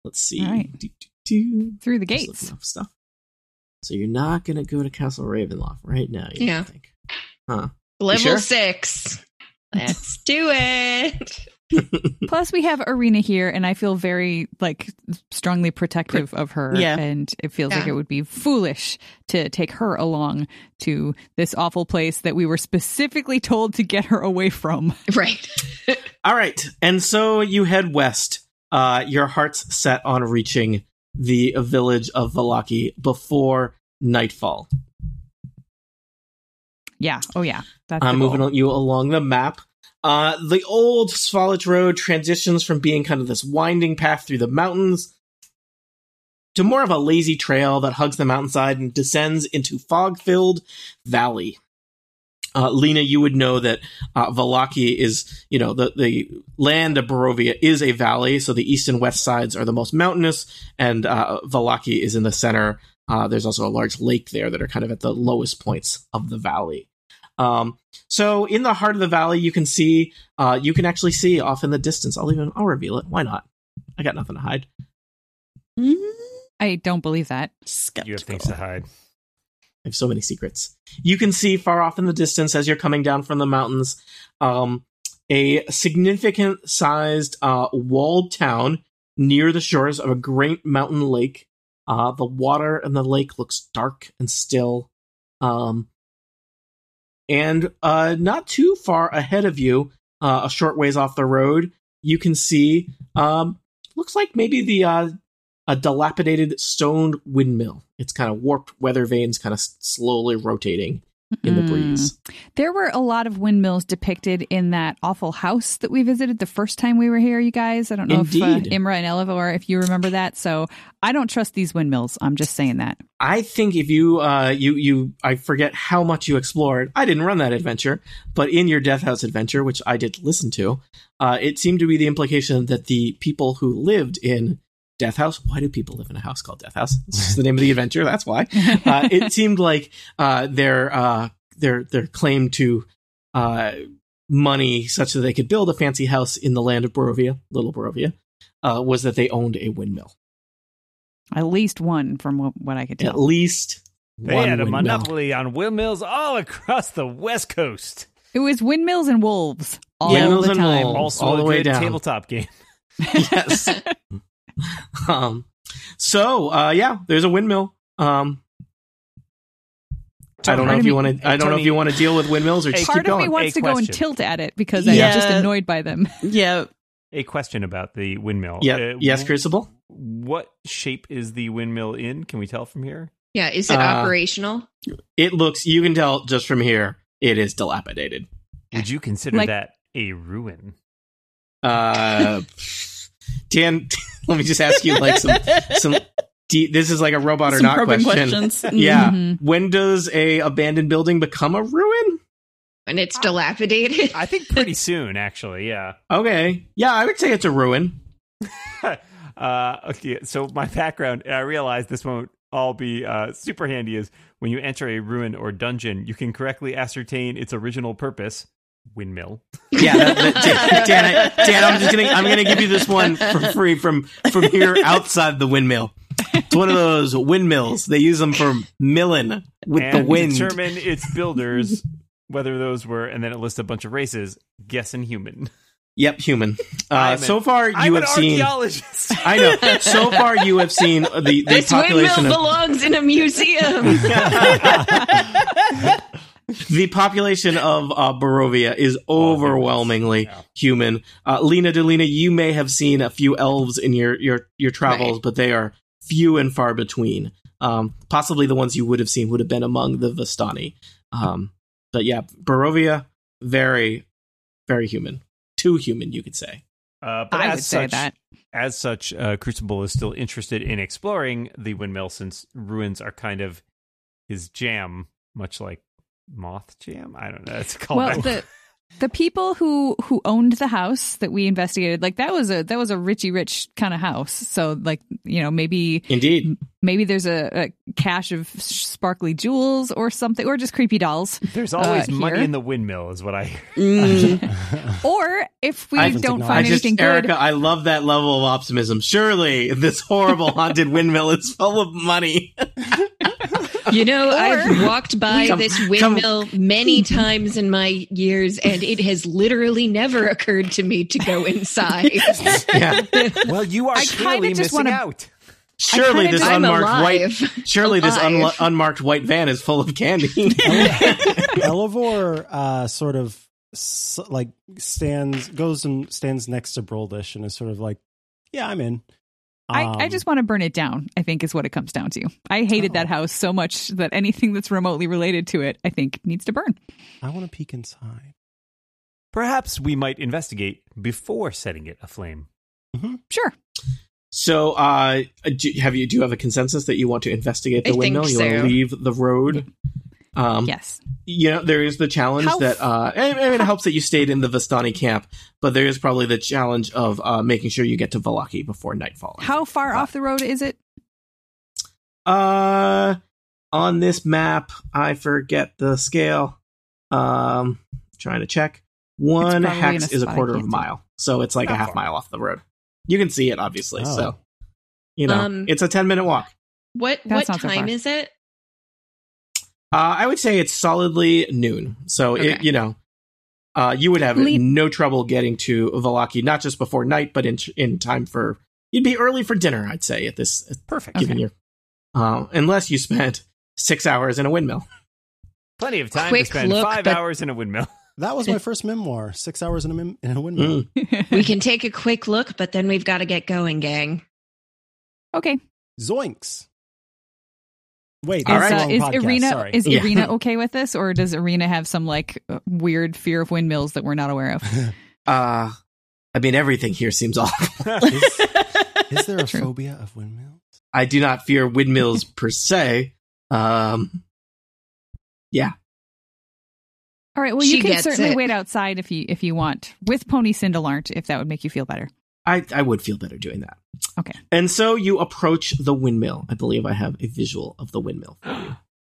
S2: let's see.
S6: All right.
S2: Do, do, do.
S6: Through the
S2: Just
S6: gates.
S2: looking up stuff. So you're not gonna go to Castle Ravenloft right now. You
S7: Yeah.
S2: yeah. Think. Huh.
S7: Level
S2: sure?
S7: six. Let's do it.
S6: Plus, we have Arena here, and I feel very like strongly protective of her.
S8: Yeah.
S6: and it feels like
S7: Yeah.
S6: it would be foolish to take her along to this awful place that we were specifically told to get her away from.
S7: Right.
S2: All right. And so you head west. Uh, your heart's set on reaching the village of Valaki before nightfall.
S6: Yeah. Oh yeah. That's
S2: I'm
S6: the goal.
S2: Uh, moving you along the map. Uh, the old Svalich Road transitions from being kind of this winding path through the mountains to more of a lazy trail that hugs the mountainside and descends into fog filled valley. Uh, Lena, you would know that uh, Valaki is, you know, the, the land of Barovia is a valley, so the east and west sides are the most mountainous, and uh, Valaki is in the center. Uh, there's also a large lake there that are kind of at the lowest points of the valley. Um, so in the heart of the valley, you can see, uh, you can actually see off in the distance. I'll even, I'll reveal it. Why not? I got nothing to hide.
S8: Mm,
S6: I don't believe that.
S5: You have
S8: skeptical.
S5: things to hide.
S2: I have so many secrets. You can see far off in the distance as you're coming down from the mountains um, a significant sized uh, walled town near the shores of a great mountain lake. Uh, the water in the lake looks dark and still. Um, and uh, not too far ahead of you, uh, a short ways off the road, you can see um, looks like maybe the uh, a dilapidated stone windmill. It's kind of warped weather vanes, kind of s- slowly rotating in the
S6: Mm.
S2: breeze.
S6: There were a lot of windmills depicted in that awful house that we visited the first time we were here, you guys. I don't know if
S2: Indeed.
S6: uh, Imra and Elevor, if you remember that. So I don't trust these windmills. I'm just saying that.
S2: I think if you, uh, you, you, I forget how much you explored. I didn't run that adventure, but in your Death House adventure, which I did listen to, uh, it seemed to be the implication that the people who lived in Death House. Why do people live in a house called Death House? It's just the name of the adventure. That's why. uh, it seemed like uh, their uh, their their claim to uh, money, such that they could build a fancy house in the land of Barovia, Little Barovia, uh, was that they owned a windmill,
S6: At least one, from what, what I could
S2: at
S6: tell.
S2: least
S5: They
S2: one
S5: had a
S2: windmill.
S5: monopoly on windmills all across the West Coast.
S6: It was windmills and wolves all
S2: Windmills
S6: the
S2: and
S6: time.
S2: wolves.
S5: Also,
S2: all the
S5: a
S2: way
S5: good
S2: down.
S5: tabletop game.
S2: yes. um, so uh, yeah, there's a windmill. Um, I don't know
S6: Pardon
S2: if you
S6: me.
S2: want to. I don't know if
S5: Tony-
S2: you want to deal with windmills or just
S6: Part
S2: keep
S6: of
S2: going.
S6: me wants
S5: A
S6: to go and
S5: question.
S6: tilt at it because I'm
S8: Yeah.
S6: just annoyed by them.
S8: Yeah.
S5: A question about the windmill.
S2: yeah.
S5: Uh,
S2: yes,
S5: w-
S2: Crucible.
S5: What shape is the windmill in? Can we tell from here?
S7: Yeah, is it
S2: Uh,
S7: operational?
S2: It looks. You can tell just from here. It is dilapidated.
S5: Would you consider
S6: Like-
S5: that a ruin?
S2: Uh, Dan, let me just ask you like some some. De- this is like a robot or
S8: Some
S2: not
S8: probing
S2: question.
S8: questions. Mm.
S2: Yeah.
S6: Mhm.
S2: When does a abandoned building become a ruin?
S7: And it's dilapidated.
S5: I think pretty soon, actually. Yeah.
S2: Okay. Yeah, I would say it's a ruin.
S5: uh, okay, so my background, and I realize this won't all be uh, super handy, is when you enter a ruin or dungeon, you can correctly ascertain its original purpose, windmill.
S2: Yeah, that, that, Dan, Dan, I, Dan, I'm just gonna I'm gonna give you this one for free from from here outside the windmill. It's one of those windmills. They use them for milling with
S5: and
S2: the wind.
S5: determine its builders, whether those were, and then it lists a bunch of races, guess and human.
S2: yep, human. Uh,
S5: I'm
S2: so
S5: an-
S2: far, you
S5: I'm
S2: have
S5: an
S2: seen.
S5: archaeologist.
S2: I know. So far, you have seen the, the
S7: this windmill
S2: population of
S7: belongs in a museum.
S2: the population of uh, Barovia is
S5: Oh,
S2: overwhelmingly human. Uh, Lena Delina, you may have seen a few elves in your your your travels, but they are few and far between. Um, possibly the ones you would have seen would have been among the Vistani. Um, but yeah, Barovia, very, very human. Too human, you could say.
S5: Uh, but
S6: I
S5: as
S6: would say
S5: such-
S6: that.
S5: As such, uh, Crucible is still interested in exploring the windmill since ruins are kind of his jam, much like moth jam. I don't know. It's called
S6: Well, the the people who who owned the house that we investigated, like that was a that was a richy rich kind of house. So like you know maybe
S2: Indeed.
S6: maybe there's a, a cache of s- sparkly jewels or something, or just creepy dolls.
S5: There's always
S6: uh,
S5: money
S6: here.
S5: in the windmill, is what I hear.
S8: Mm.
S6: Or if we
S2: I-
S6: don't
S3: I
S2: I
S6: find
S2: just,
S6: anything
S2: Erica,
S6: good,
S2: I love that level of optimism. Surely this horrible haunted windmill is full of money.
S7: You know, I've walked by
S2: uh, Come-
S7: this
S2: come-
S7: windmill many times in my years, and it has literally never occurred to me to go inside.
S2: yeah.
S5: Well, you are
S6: I kinda
S5: clearly
S6: just
S5: missing
S6: wanna-
S5: out.
S2: Surely
S6: kinda
S2: this
S6: just-
S7: I'm
S2: unmarked white
S7: alive.
S2: Surely this
S7: Alive.
S2: unlo- unmarked white van is full of candy.
S3: Elevor uh, sort of s- like stands, goes and stands next to Broldish and is sort of like, yeah, I'm in.
S6: I, I
S3: Um,
S6: just want to burn it down. I think is what it comes down to. I hated that house so much that anything that's remotely related to it, I think, needs to burn.
S3: I want to peek inside.
S5: Perhaps we might investigate before setting it aflame.
S6: Sure.
S2: So, uh, do, have you do you have a consensus that you want to investigate the
S7: I think
S2: windmill? You want to
S7: so.
S2: leave the road. Um,
S6: yes.
S2: You know, there is the challenge
S6: How
S2: that uh, I, I mean, it helps that you stayed in the Vistani camp, but there is probably the challenge of uh, making sure you get to Valaki before nightfall.
S6: How far off the road is it?
S2: Uh, on this map, I forget the scale. Um, trying to check. One
S6: probably in
S2: hex
S6: a
S2: is a
S6: spot I
S2: quarter of a
S6: can't see.
S2: mile, so it's like a
S5: Not
S2: half
S5: far.
S2: mile off the road. You can see it, obviously.
S3: Oh.
S2: So, you know,
S7: Um,
S2: it's a ten minute walk.
S7: What
S6: That's
S7: what
S6: not so
S7: time
S6: far.
S7: is it?
S2: Uh, I would say it's solidly noon. So, it,
S7: Okay.
S2: you know, uh, you would have
S6: Le-
S2: no trouble getting to Valaki, not just before night, but in in time for you'd be early for dinner. I'd say at this,
S5: Perfect.
S6: Okay.
S2: given your, uh, unless you spent six hours in a windmill.
S5: Plenty of time
S7: Quick
S5: to spend
S7: look,
S5: five
S7: but-
S5: hours in a windmill.
S3: That was my first memoir. Six hours in a, mim- in a windmill.
S2: Mm.
S7: We can take a quick look, but then we've got to get going, gang.
S6: okay.
S3: Zoinks! Wait,
S2: All
S3: that's
S2: right.
S3: the
S6: Is,
S3: wrong
S6: uh,
S3: podcast.
S6: is Irina
S5: sorry.
S6: is
S2: Yeah.
S6: Irina okay with this, or does Irina have some like uh, weird fear of windmills that we're not aware of?
S2: Uh, I mean, everything here seems awful.
S3: is, is there a
S6: True.
S3: phobia of windmills?
S2: I do not fear windmills per se. Um,
S6: All right. Well,
S7: She
S6: you can
S7: gets
S6: certainly
S7: it.
S6: wait outside if you if you want with Pony Cindelarnt, if that would make you feel better.
S2: I, I would feel better doing that.
S6: Okay.
S2: And so you approach the windmill. I believe I have a visual of the windmill.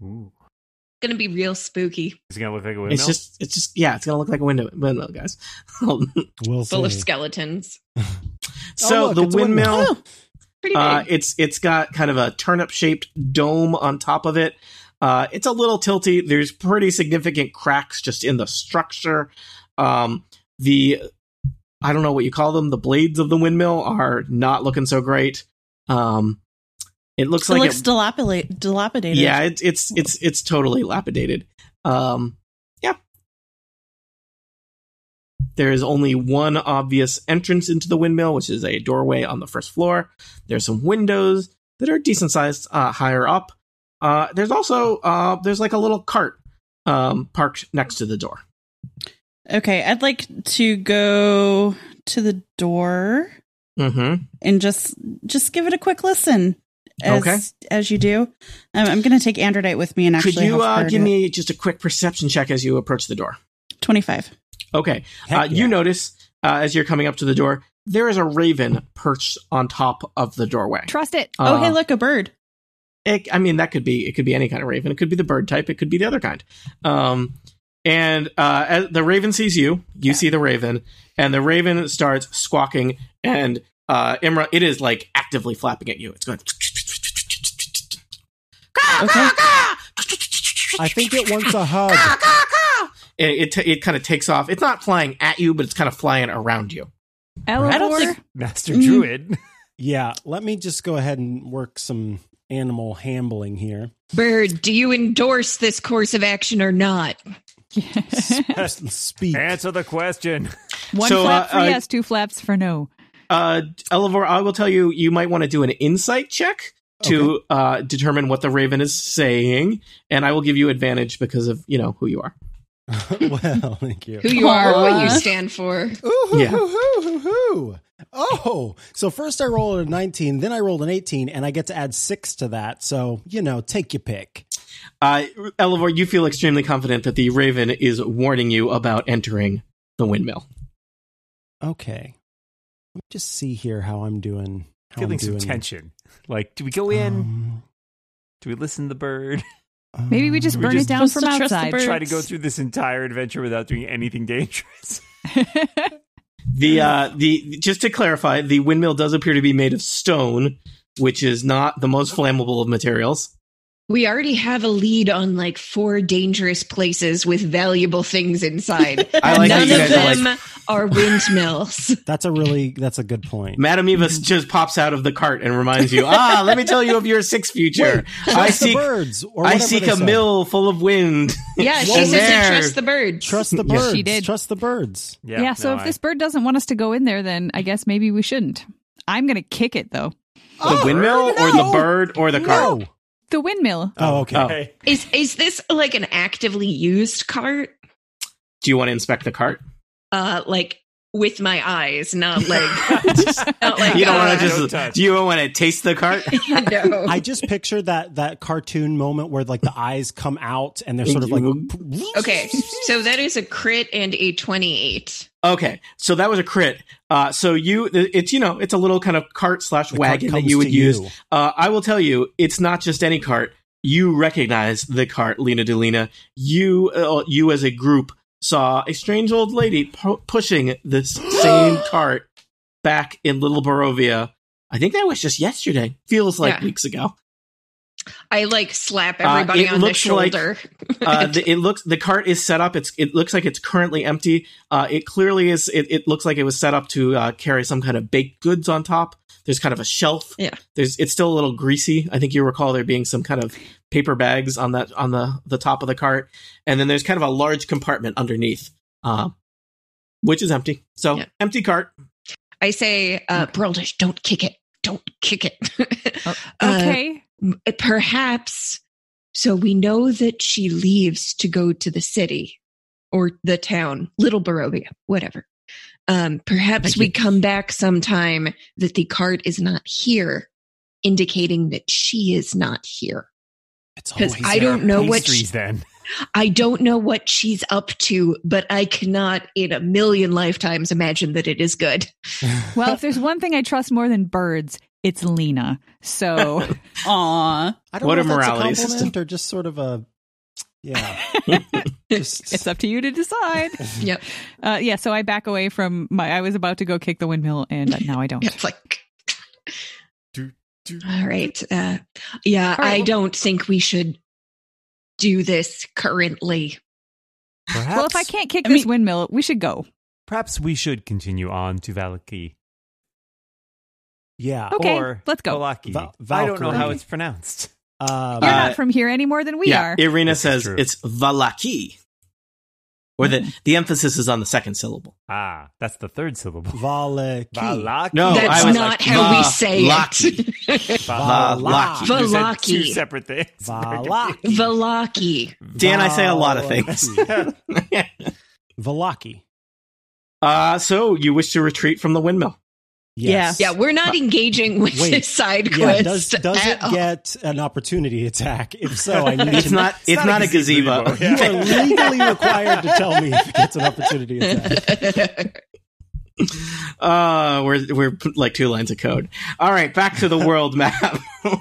S5: Ooh.
S7: It's gonna be real spooky,
S5: It's going to look like a windmill.
S2: It's just, it's just, yeah, it's gonna look like a window, windmill, guys.
S3: Oh, We'll
S7: full of
S3: see.
S7: skeletons.
S2: so
S3: look,
S2: the
S3: it's a windmill.
S2: windmill
S7: Pretty big.
S2: Uh, it's it's got kind of a turnip shaped dome on top of it. Uh, it's a little tilty. There's pretty significant cracks just in the structure. Um, the I don't know what you call them. The blades of the windmill are not looking so great. Um, it looks
S8: it
S2: like
S8: looks
S2: it,
S8: dilapidate, dilapidated.
S2: yeah, it's it's it's it's totally lapidated. Um, yeah. There is only one obvious entrance into the windmill, which is a doorway on the first floor. There's some windows that are decent sized uh, higher up. Uh, there's also uh, there's like a little cart um, parked next to the door.
S8: Okay, I'd like to go to the door
S2: Mm-hmm.
S8: and just just give it a quick listen. As,
S2: Okay.
S8: as you do, um, I'm going to take Androdite with me and actually.
S2: Could you
S8: help
S2: uh,
S8: her
S2: give
S8: do it.
S2: me just a quick perception check as you approach the door?
S8: 25?
S2: Okay.
S3: Heck
S2: uh,
S3: yeah.
S2: You notice uh, as you're coming up to the door, there is a raven perched on top of the doorway.
S6: Trust it.
S8: oh, hey,
S2: Uh,
S8: look, a bird.
S2: it, I mean, that could be it. Could be any kind of raven. It could be the bird type. It could be the other kind. Um, and uh, as the raven sees you. You see the raven, and the raven starts squawking. And uh, Imra, it is like actively flapping at you. It's going.
S8: Okay.
S3: I think it wants a hug.
S2: It it, ta- it kind of takes off. It's not flying at you, but it's kind of flying around you.
S6: Eleanor,
S8: I don't think-
S5: Master
S8: Mm.
S5: Druid.
S3: Yeah, let me just go ahead and work some animal handling here.
S7: Bird, do you endorse this course of action or not?
S3: Speak.
S5: Answer the question.
S6: one
S2: So,
S6: flap for
S2: uh, uh,
S6: yes, two flaps for no.
S2: Uh, Elevor, I will tell you, you might want to do an insight check to uh, determine what the raven is saying, and I will give you advantage because of you know who you are.
S3: well, thank you.
S7: Who you are, what you
S8: Aw.
S7: stand for.
S3: Ooh, hoo,
S2: Yeah.
S3: hoo, hoo, hoo, hoo. Oh, so first I rolled a 19, then I rolled an 18, and I get to add six to that. So, you know, take your pick.
S2: Uh, Elevor, you feel extremely confident that the raven is warning you about entering the windmill.
S3: Okay. Let me just see here how I'm doing. How I'm
S5: Feeling some
S3: doing.
S5: tension. Like, do we go in?
S3: Um,
S5: do we listen to the bird?
S6: Maybe we
S3: um,
S6: just
S5: we
S6: burn
S5: just
S6: it down
S8: supposed
S6: from
S8: to trust the
S6: outside.
S8: bird?
S5: Try to go through this entire adventure without doing anything dangerous.
S2: The uh, the just to clarify, the windmill does appear to be made of stone, which is not the most flammable of materials.
S7: We already have a lead on like four dangerous places with valuable things inside.
S2: I like that
S7: None
S2: you
S7: of
S2: guys are
S7: them
S2: like,
S7: are windmills.
S3: That's a really, that's a good point.
S2: Madam Eva
S3: Mm-hmm.
S2: just pops out of the cart and reminds you, ah, let me tell you of your sixth future. I
S3: Trust the
S2: seek
S3: birds. Or
S2: I
S3: whatever
S2: seek
S3: they
S2: a
S3: said.
S2: mill full of wind.
S7: Yeah, she
S2: Well,
S7: says
S2: there.
S7: to trust the birds.
S3: Trust the
S2: Yeah.
S3: birds.
S6: She did.
S3: Trust the birds.
S6: yeah. so
S5: no,
S6: if
S5: I-
S6: this bird doesn't want us to go in there, then I guess maybe we shouldn't. I'm gonna kick it though.
S2: the windmill or the
S3: Oh, no.
S2: bird or the cart?
S3: No.
S6: The windmill.
S3: Oh, okay.
S2: Oh.
S5: Hey,
S7: Is is this like an actively used cart?
S2: Do you want to inspect the cart?
S7: uh, like with my eyes, not like not like
S2: you don't
S7: uh,
S2: want
S5: God.
S2: to
S5: Don't
S2: just.
S5: touch.
S2: do you want to taste the cart?
S7: no.
S3: I just picture that that cartoon moment where like the eyes come out and they're sort of like
S7: okay, so that is a crit and a twenty-eight.
S2: Okay, so that was a crit. Uh, so you, it's you know, it's a little kind of cart slash
S3: The cart
S2: wagon that
S3: comes
S2: you would
S3: to
S2: use. Uh, I will tell you, it's not just any cart. You recognize the cart, Lena Delina. You, uh, you as a group saw a strange old lady pu- pushing this same cart back in Little Barovia. I think that was just yesterday. Feels like
S7: Yeah.
S2: weeks ago.
S7: I like slap
S2: Uh,
S7: everybody
S2: it
S7: on the
S2: looks like-
S7: shoulder.
S2: Uh, the, it looks the cart is set up. It's it looks like it's currently empty. Uh, it clearly is. It, it looks like it was set up to uh, carry some kind of baked goods on top. There's kind of a shelf.
S7: Yeah.
S2: There's it's still a little greasy. I think you recall there being some kind of paper bags on that on the the top of the cart, and then there's kind of a large compartment underneath, uh, which is empty. So
S7: Yeah.
S2: empty cart.
S7: I say, uh, Broldish, don't kick it. Don't kick it.
S6: Oh,
S7: Uh,
S6: okay.
S7: m- perhaps so we know that she leaves to go to the city or the town little barovia whatever um, perhaps
S2: Thank
S7: we
S2: you.
S7: come back sometime that the cart is not here indicating that she is not here
S5: It's
S7: 'Cause always I don't know what-
S5: pastries. Then
S7: i don't know what she's up to but i cannot in a million lifetimes imagine that it is good
S6: Well, if there's one thing I trust more than birds, it's Lena. So
S8: Aw.
S3: I don't
S2: What
S3: know
S2: a
S3: if that's
S2: morality
S3: compliment
S2: system.
S3: or just sort of a yeah. Just,
S6: it's up to you to decide.
S7: Yep.
S6: Uh, yeah. So I back away from my. I was about to go kick the windmill, and now I don't.
S7: it's like
S5: Do, do.
S7: all right uh, yeah
S6: All right,
S7: i
S6: well-
S7: don't think we should do this currently
S5: Perhaps,
S6: Well, if I can't kick
S8: I
S6: this
S8: mean-
S6: windmill, we should go.
S5: perhaps we should continue on to Valaki.
S3: yeah.
S6: Okay,
S5: or
S6: let's go.
S5: Valaki.
S3: Va-
S5: I don't know
S3: Valkyrie.
S5: how it's pronounced.
S3: Um,
S6: You're
S2: Uh,
S6: not from here any more than we
S2: yeah,
S6: are.
S2: Irina
S5: This is
S2: says
S5: true.
S2: it's Valaki, or the the emphasis is on the second syllable.
S5: Ah, that's the third syllable.
S3: Valaki.
S5: Valaki.
S2: No, I
S7: That's
S2: was
S7: not
S2: like,
S7: how we
S2: "Va-
S7: say
S2: Laki."
S7: it.
S2: Valaki.
S5: You said
S7: Valaki.
S5: Two separate things.
S3: Valaki.
S7: Valaki.
S2: Dan, I say a lot of things.
S3: Valaki.
S2: Uh, so you wish to retreat from the windmill.
S3: Yes.
S7: Yeah, we're
S5: Uh,
S7: not engaging with
S3: Wait.
S7: this side
S3: Yeah,
S7: quest.
S3: does does
S7: at
S3: it
S6: Oh.
S7: all.
S3: get an opportunity attack? If so, I need
S2: It's
S3: to know.
S2: not. It's, not, a gazebo.
S3: You are legally required to tell me if it gets an opportunity attack.
S2: uh, we're we're p- like two lines of code. All right, back to the world map.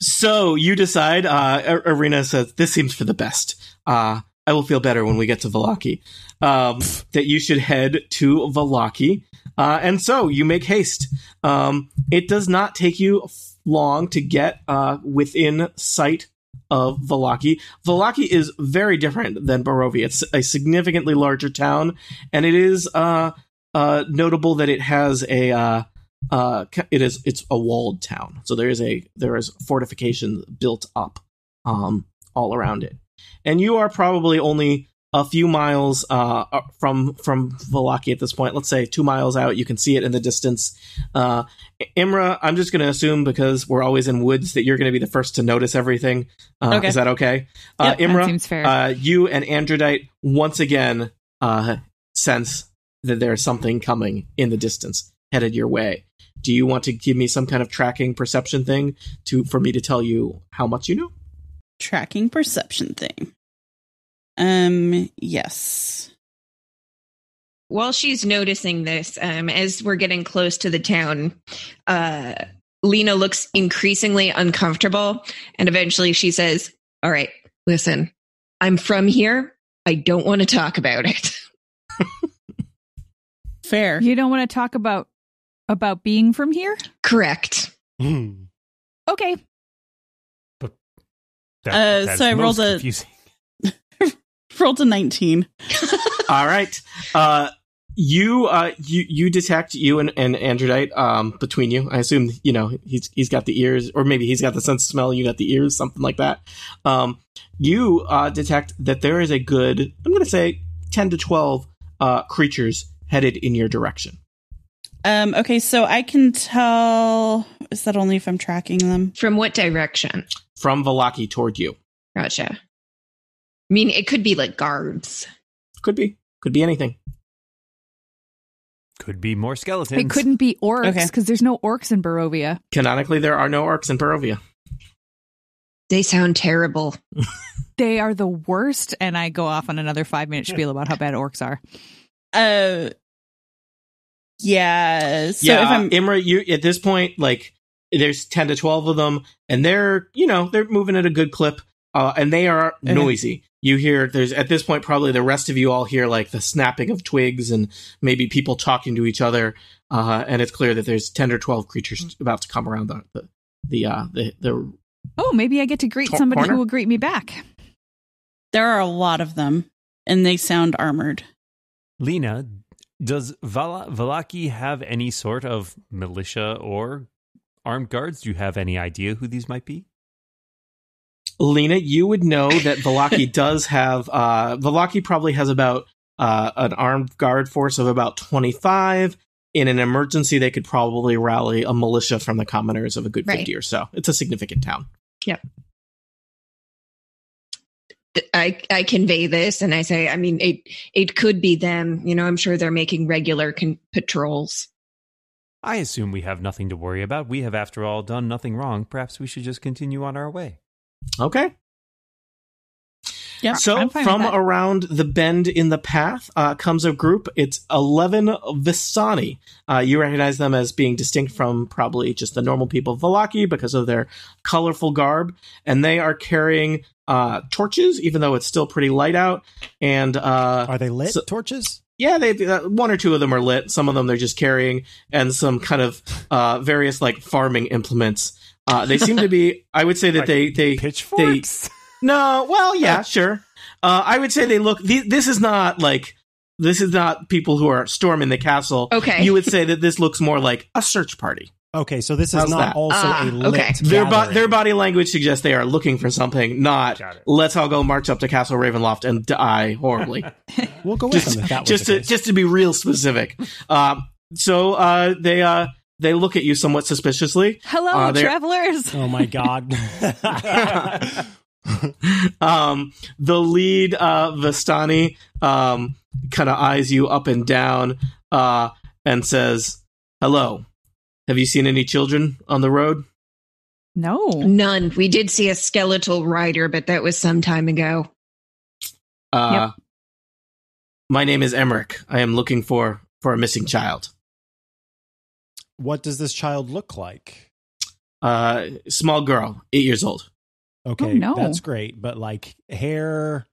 S2: so you decide. Uh, A- Arena says this seems for the best. Uh, I will feel better when we get to Valaki. Um, that you should head to Valaki, uh, and so you make haste. Um, it does not take you f- long to get uh, within sight of Valaki. Valaki is very different than Barovia. It's a significantly larger town and it is uh uh notable that it has a uh uh ca- it is it's a walled town so there is a there is fortifications built up um all around it and you are probably only a few miles uh up from from Valaki at this point let's say 2 miles out you can see it in the distance uh Imra I'm just going to assume because we're always in woods that you're going to be the first to notice everything uh,
S8: Okay.
S2: is that okay uh
S6: That
S8: Yep,
S2: Imra
S6: seems fair.
S2: uh, you and Androdite once again uh, sense that there is something coming in the distance headed your way. Do you want to give me some kind of tracking perception thing to for me to tell you how much you know?
S8: Tracking perception thing. Um, yes.
S7: While she's noticing this, um, as we're getting close to the town, uh, Lena looks increasingly uncomfortable. And eventually she says, All right, listen, I'm from here. I don't want to talk about it.
S8: Fair.
S6: you don't want to talk about about being from here.
S7: Correct.
S3: Hmm.
S6: Okay.
S8: Uh, so I rolled a- Rolled a 19.
S2: All right. Uh, you uh, you you detect you and, and Androdite um, between you. I assume you know he's he's got the ears, or maybe he's got the sense of smell. You got the ears, something like that. Um, you uh, detect that there is a good, I'm going to say, ten to twelve uh, creatures headed in your direction.
S8: Um, okay, so I can tell. Is that only if I'm tracking them?
S7: From what direction?
S2: from Valaki toward you.
S7: Gotcha. I mean, it could be like guards.
S2: Could be. Could be anything.
S5: Could be more skeletons.
S6: It couldn't be orcs
S8: Okay.
S6: because there's no orcs in Barovia.
S2: Canonically, there are no orcs in Barovia.
S7: They sound terrible.
S6: They are the worst, and I go off on another five minute spiel about how bad orcs are.
S8: Uh, yeah. So
S2: yeah,
S8: if I'm
S2: Imra, you at this point, like there's ten to twelve of them, and they're you know they're moving at a good clip, uh, and they are
S8: Okay.
S2: noisy. You hear there's at this point probably the rest of you all hear like the snapping of twigs and maybe people talking to each other, uh, and it's clear that there's ten or twelve
S8: Mm.
S2: creatures about to come around the the the uh, the, the
S6: Oh, maybe I get to greet
S2: Tor-
S6: somebody
S2: corner?
S6: who will greet me back.
S8: there are a lot of them, and they sound armored.
S5: Lena, does Vala- Valaki have any sort of militia or armed guards? Do you have any idea who these might be?
S2: Lena. You would know that Velaki does have uh, Velaki probably has about uh, an armed guard force of about twenty five. in an emergency, they could probably rally a militia from the commoners of a good
S7: Right.
S2: 50 or so. It's a significant town.
S7: Th- I, I convey this and I say, I mean, it, it could be them. You know, I'm sure they're making regular con- patrols.
S5: I assume we have nothing to worry about. We have, after all, done nothing wrong. Perhaps we should just continue on our way.
S2: Okay.
S8: Yeah,
S2: So
S6: I'm fine with
S2: from
S6: that.
S2: around the bend in the path uh, comes a group. It's 11 Vistani. Uh, you recognize them as being distinct from probably just the normal people of Valaki because of their colorful garb. And they are carrying uh, torches, even though it's still pretty light out. And uh,
S3: Are they lit
S2: So-
S3: torches?
S2: yeah, they uh, one or two of them are lit. Some of them they're just carrying, and some kind of uh, various like farming implements. Uh, they seem to be. I would say that
S5: Like
S2: they they
S5: Pitchforks?
S2: no. Well, yeah, sure. Uh, I would say they look. The, this is not like this is not people who are storming the castle.
S7: Okay.
S2: You would say that this looks more like a search party.
S3: Okay, so this is
S2: How's
S3: not
S2: that?
S3: also
S7: Ah,
S3: a lit.
S7: okay.
S2: Their, bo-
S3: gathering.
S2: their body language suggests they are looking for something, not
S5: Got it.
S2: let's all go march up to Castle Ravenloft and die horribly.
S3: We'll go with
S2: just,
S3: them if that was
S2: just
S3: the
S2: to
S3: case.
S2: just to be real specific. Um, so uh, they uh, they look at you somewhat suspiciously,
S6: Hello,
S2: Uh, they're-
S6: travelers.
S3: Oh my god.
S2: um, the lead uh, Vistani um, kind of eyes you up and down uh, and says, "Hello, have you seen any children on the road?"
S6: No.
S7: None. We did see a skeletal rider, but that was some time ago.
S2: Uh, My name is Emmerich. I am looking for for a missing child.
S3: what does this child look like?
S2: Uh, small girl, eight years old.
S3: Okay,
S2: Oh,
S6: no.
S3: that's great, but like hair,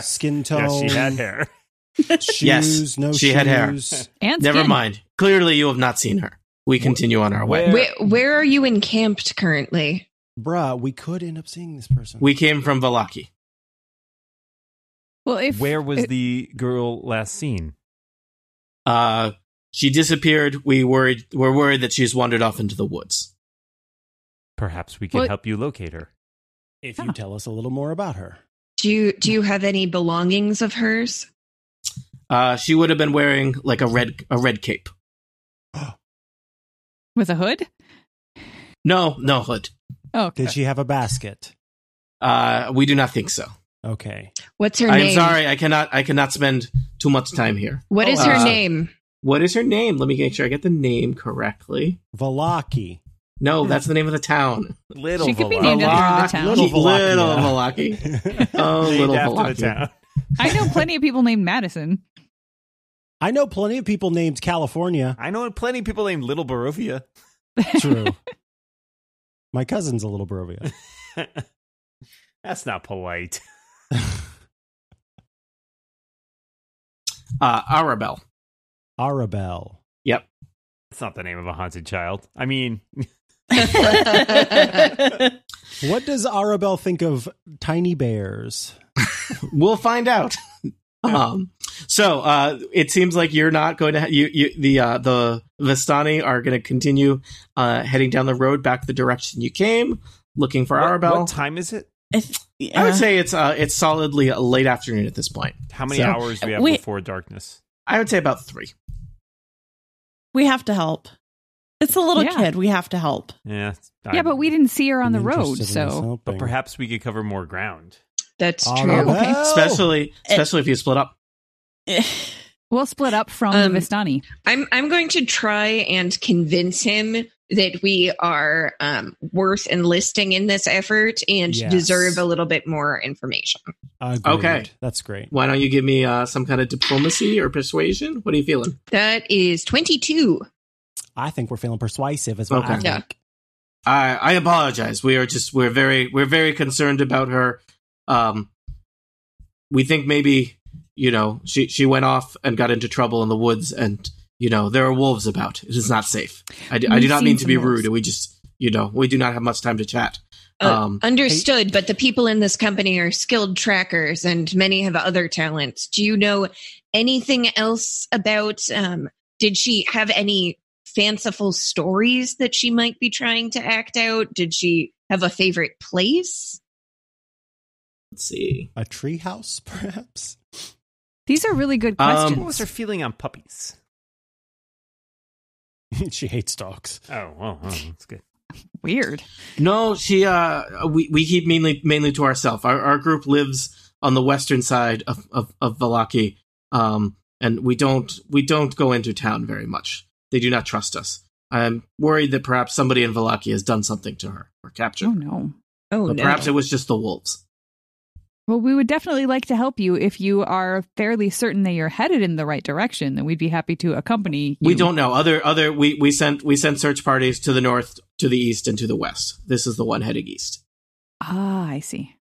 S3: skin tone,
S5: Yes, she had hair.
S3: shoes,
S2: Yes,
S3: no
S2: she had hair.
S3: shoes.
S6: And
S2: Never
S6: skin.
S2: mind. Clearly, you have not seen her. We continue on our way.
S5: Where-
S7: Where, where are you encamped currently?
S3: Bruh, we could end up seeing this person.
S2: We came from Valaki.
S6: Well, if
S5: Where was
S6: it-
S5: the girl last seen?
S2: Uh, she disappeared. We worried. We're worried that she's wandered off into the woods.
S5: Perhaps we can
S6: What-
S5: help you locate her.
S3: if you tell us a little more about her.
S7: Do you, do you have any belongings of hers?
S2: Uh, she would have been wearing like a red a red cape.
S6: with a hood?
S2: No, no hood.
S6: Oh, okay.
S3: Did she have a basket?
S2: Uh, we do not think so.
S3: Okay.
S7: What's her
S2: I am
S7: name?
S2: sorry. I cannot. I cannot spend too much time here.
S7: What is
S2: Oh,
S7: her
S2: uh,
S7: name?
S2: What is her name? Let me make sure I get the name correctly.
S3: Valaki.
S2: No, that's the name of the town.
S5: Little
S6: She could be
S5: Valaki.
S6: named after-
S2: Valaki-
S6: the town.
S2: Little
S3: Little Valaki, yeah.
S2: Valaki. Oh,
S5: Named
S2: little
S5: after
S2: Valaki.
S5: the town.
S6: I know plenty of people named Madison.
S3: I know plenty of people named California.
S5: I know plenty of people named Little Barovia.
S3: True. My cousin's a little Barovia.
S5: That's not polite.
S2: Uh, Arabelle.
S3: Arabelle.
S2: Yep.
S5: That's not the name of a haunted child. I mean,
S3: What does Arabelle think of tiny bears?
S2: we'll find out. um, so uh, it seems like you're not going to ha- you, you the uh, the Vistani are going to continue uh, heading down the road back the direction you came, looking for
S5: what,
S2: Arabelle.
S5: what time is it?
S8: I th-
S2: I would
S8: yeah.
S2: say it's uh, it's solidly a late afternoon at this point.
S5: How many
S2: So-
S5: hours do we have
S8: Wait.
S5: before darkness?
S2: I would say about three.
S8: we have to help. It's a little
S6: Yeah.
S8: kid. We have to help.
S5: Yeah.
S6: yeah,
S5: I-
S6: but we didn't see her on the
S3: I'm
S6: road,
S3: interested in this
S6: so
S3: helping.
S5: But perhaps we could cover more ground.
S7: That's true.
S3: Arabelle.
S6: Oh.
S2: Especially especially if you split up.
S6: We'll split up from
S7: Um,
S6: the Vistani.
S7: I'm I'm going to try and convince him that we are um, worth enlisting in this effort and
S3: Yes.
S7: deserve a little bit more information.
S3: Agreed.
S2: Okay.
S3: That's great.
S2: Why don't you give me uh, some kind of diplomacy or persuasion? What are you feeling?
S7: That is 22.
S3: I think we're feeling persuasive as well.
S2: Okay.
S7: Yeah.
S2: I I apologize. We are just we're very we're very concerned about her. Um, we think maybe you know she she went off and got into trouble in the woods, and you know there are wolves about. It is not safe. I do, I do
S6: We've
S2: not
S6: seen
S2: mean to
S6: some
S2: be
S6: wolves.
S2: rude. We just you know we do not have much time to chat.
S7: Uh,
S2: um,
S7: Understood, but the people in this company are skilled trackers and many have other talents. Do you know anything else about um did she have any fanciful stories that she might be trying to act out? Did she have a favorite place?
S2: let's see.
S3: A treehouse, perhaps.
S6: These are really good
S2: Um,
S6: questions.
S5: What was her feeling on puppies?
S3: she hates dogs.
S5: Oh, oh, oh that's good.
S6: Weird.
S2: No, she uh we we keep mainly mainly to ourselves. Our our group lives on the western side of of, of Valaki. Um, and we don't we don't go into town very much. They do not trust us. I'm worried that perhaps somebody in Valaki has done something to her or captured.
S6: Oh
S2: her.
S6: no.
S7: Oh
S2: But
S7: no.
S2: perhaps it was just the wolves.
S6: Well, we would definitely like to help you if you are fairly certain that you're headed in the right direction. Then we'd be happy to accompany. You.
S2: We don't know. Other other we, we sent we sent search parties to the north, to the east, and to the west. This is the one heading east.
S6: Ah, I see.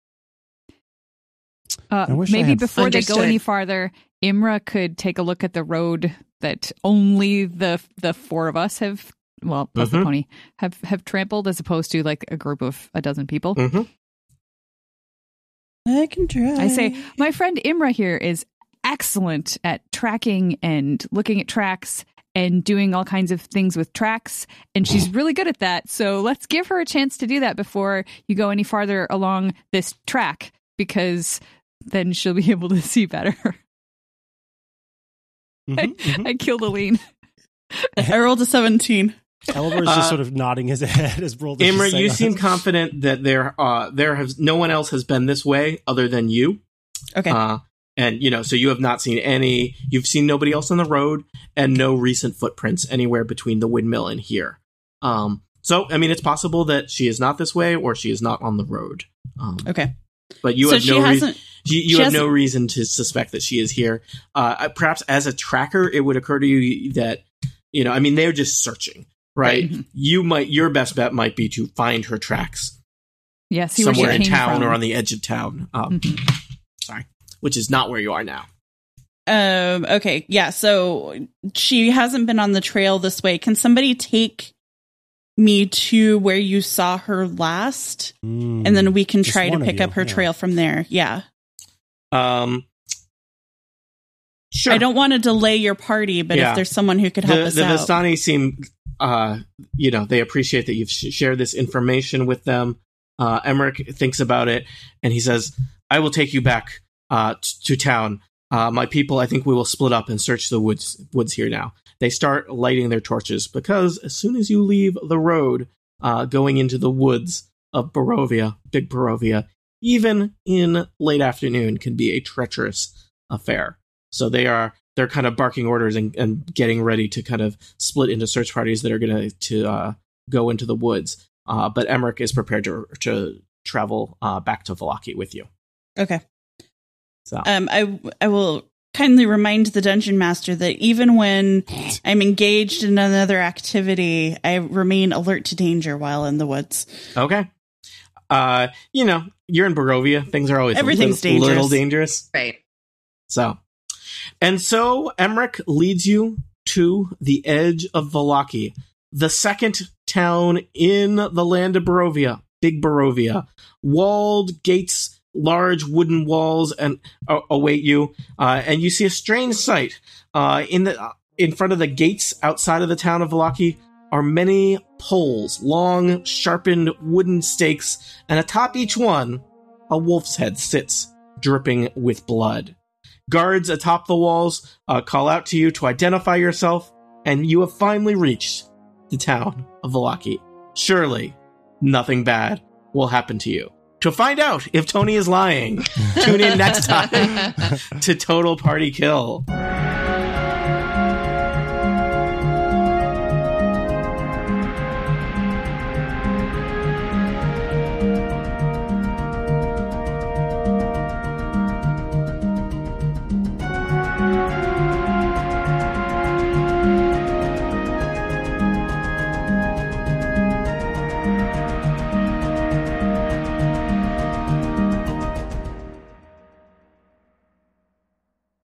S6: Uh,
S3: I wish I
S6: maybe
S3: had-
S6: before they
S7: Understood.
S6: go any farther, Imra could take a look at the road that only the the four of us have. Well, plus
S2: Mhm.
S6: the pony have have trampled, as opposed to like a group of a dozen people.
S2: Mm-hmm.
S8: I can try.
S6: I say, my friend Imra here is excellent at tracking and looking at tracks and doing all kinds of things with tracks. And she's
S2: Mm.
S6: really good at that. So let's give her a chance to do that before you go any farther along this track, because then she'll be able to see better.
S2: Mm-hmm,
S3: Mhm, mhm.
S6: I killed Aline.
S8: I rolled a 17.
S3: Elber is just
S2: Uh,
S3: sort of nodding his head as Brolden.
S2: Imra, you seem confident that there uh there has no one else has been this way other than you.
S8: Okay.
S2: Uh, and you know, so you have not seen any. You've seen nobody else on the road, and no recent footprints anywhere between the windmill and here. Um, so, I mean, it's possible that she is not this way, or she is not on the road. Um,
S8: Okay.
S2: But you
S8: so
S2: have
S8: she
S2: no reason.
S8: hasn't.
S2: You, you
S8: she
S2: have no
S8: hasn't-
S2: reason to suspect that she is here. Uh, I- perhaps as a tracker, it would occur to you that you know. I mean, they're just searching, right? You might. Your best bet might be to find her tracks
S6: Yeah, see
S2: somewhere
S6: where she
S2: in
S6: came
S2: town
S6: from. Mm-hmm.
S2: or on the edge of town. Um, Sorry, which is not where you are now.
S8: Um. Okay. Yeah. So she hasn't been on the trail this way. Can somebody take me to where you saw her last,
S3: "Hmm."
S8: and then we can
S3: Just
S8: try to
S3: one of
S8: pick
S3: you,
S8: up her
S3: yeah.
S8: trail from there? Yeah.
S2: Um, sure.
S8: I don't want to delay your party, but
S2: Yeah.
S8: if there's someone who could help
S2: the,
S8: us
S2: the
S8: out,
S2: Vistani seem, uh, you know, they appreciate that you've sh- shared this information with them. Uh, Emmerich thinks about it and he says, "I will take you back uh, t- to town. Uh, my people, I think we will split up and search the woods woods here now." They start lighting their torches because as soon as you leave the road, uh, going into the woods of Barovia, Big Barovia, even in late afternoon, can be a treacherous affair. So they are they're kind of barking orders and, and getting ready to kind of split into search parties that are going to to uh, go into the woods. Uh, but Emmerich is prepared to to travel uh, back to Valaki with you.
S8: okay.
S2: So
S8: Um, I I will kindly remind the dungeon master that even when I'm engaged in another activity, I remain alert to danger while in the woods.
S2: okay, uh, you know you're in Barovia. Things are always
S8: Everything's
S2: a little, little
S8: dangerous.
S2: dangerous.
S7: Right.
S2: So, and so Emmerich leads you to the edge of Valaki, the second town in the land of Barovia, Big Barovia. Walled gates, large wooden walls, and a- await you. Uh, and you see a strange sight uh, in the in front of the gates outside of the town of Valaki. Are many poles, long, sharpened wooden stakes, and atop each one, a wolf's head sits, dripping with blood guards atop the walls uh, call out to you to identify yourself, and you have finally reached the town of Valaki. Surely, nothing bad will happen to you. to find out if Tony is lying. Tune in next time to Total Party Kill.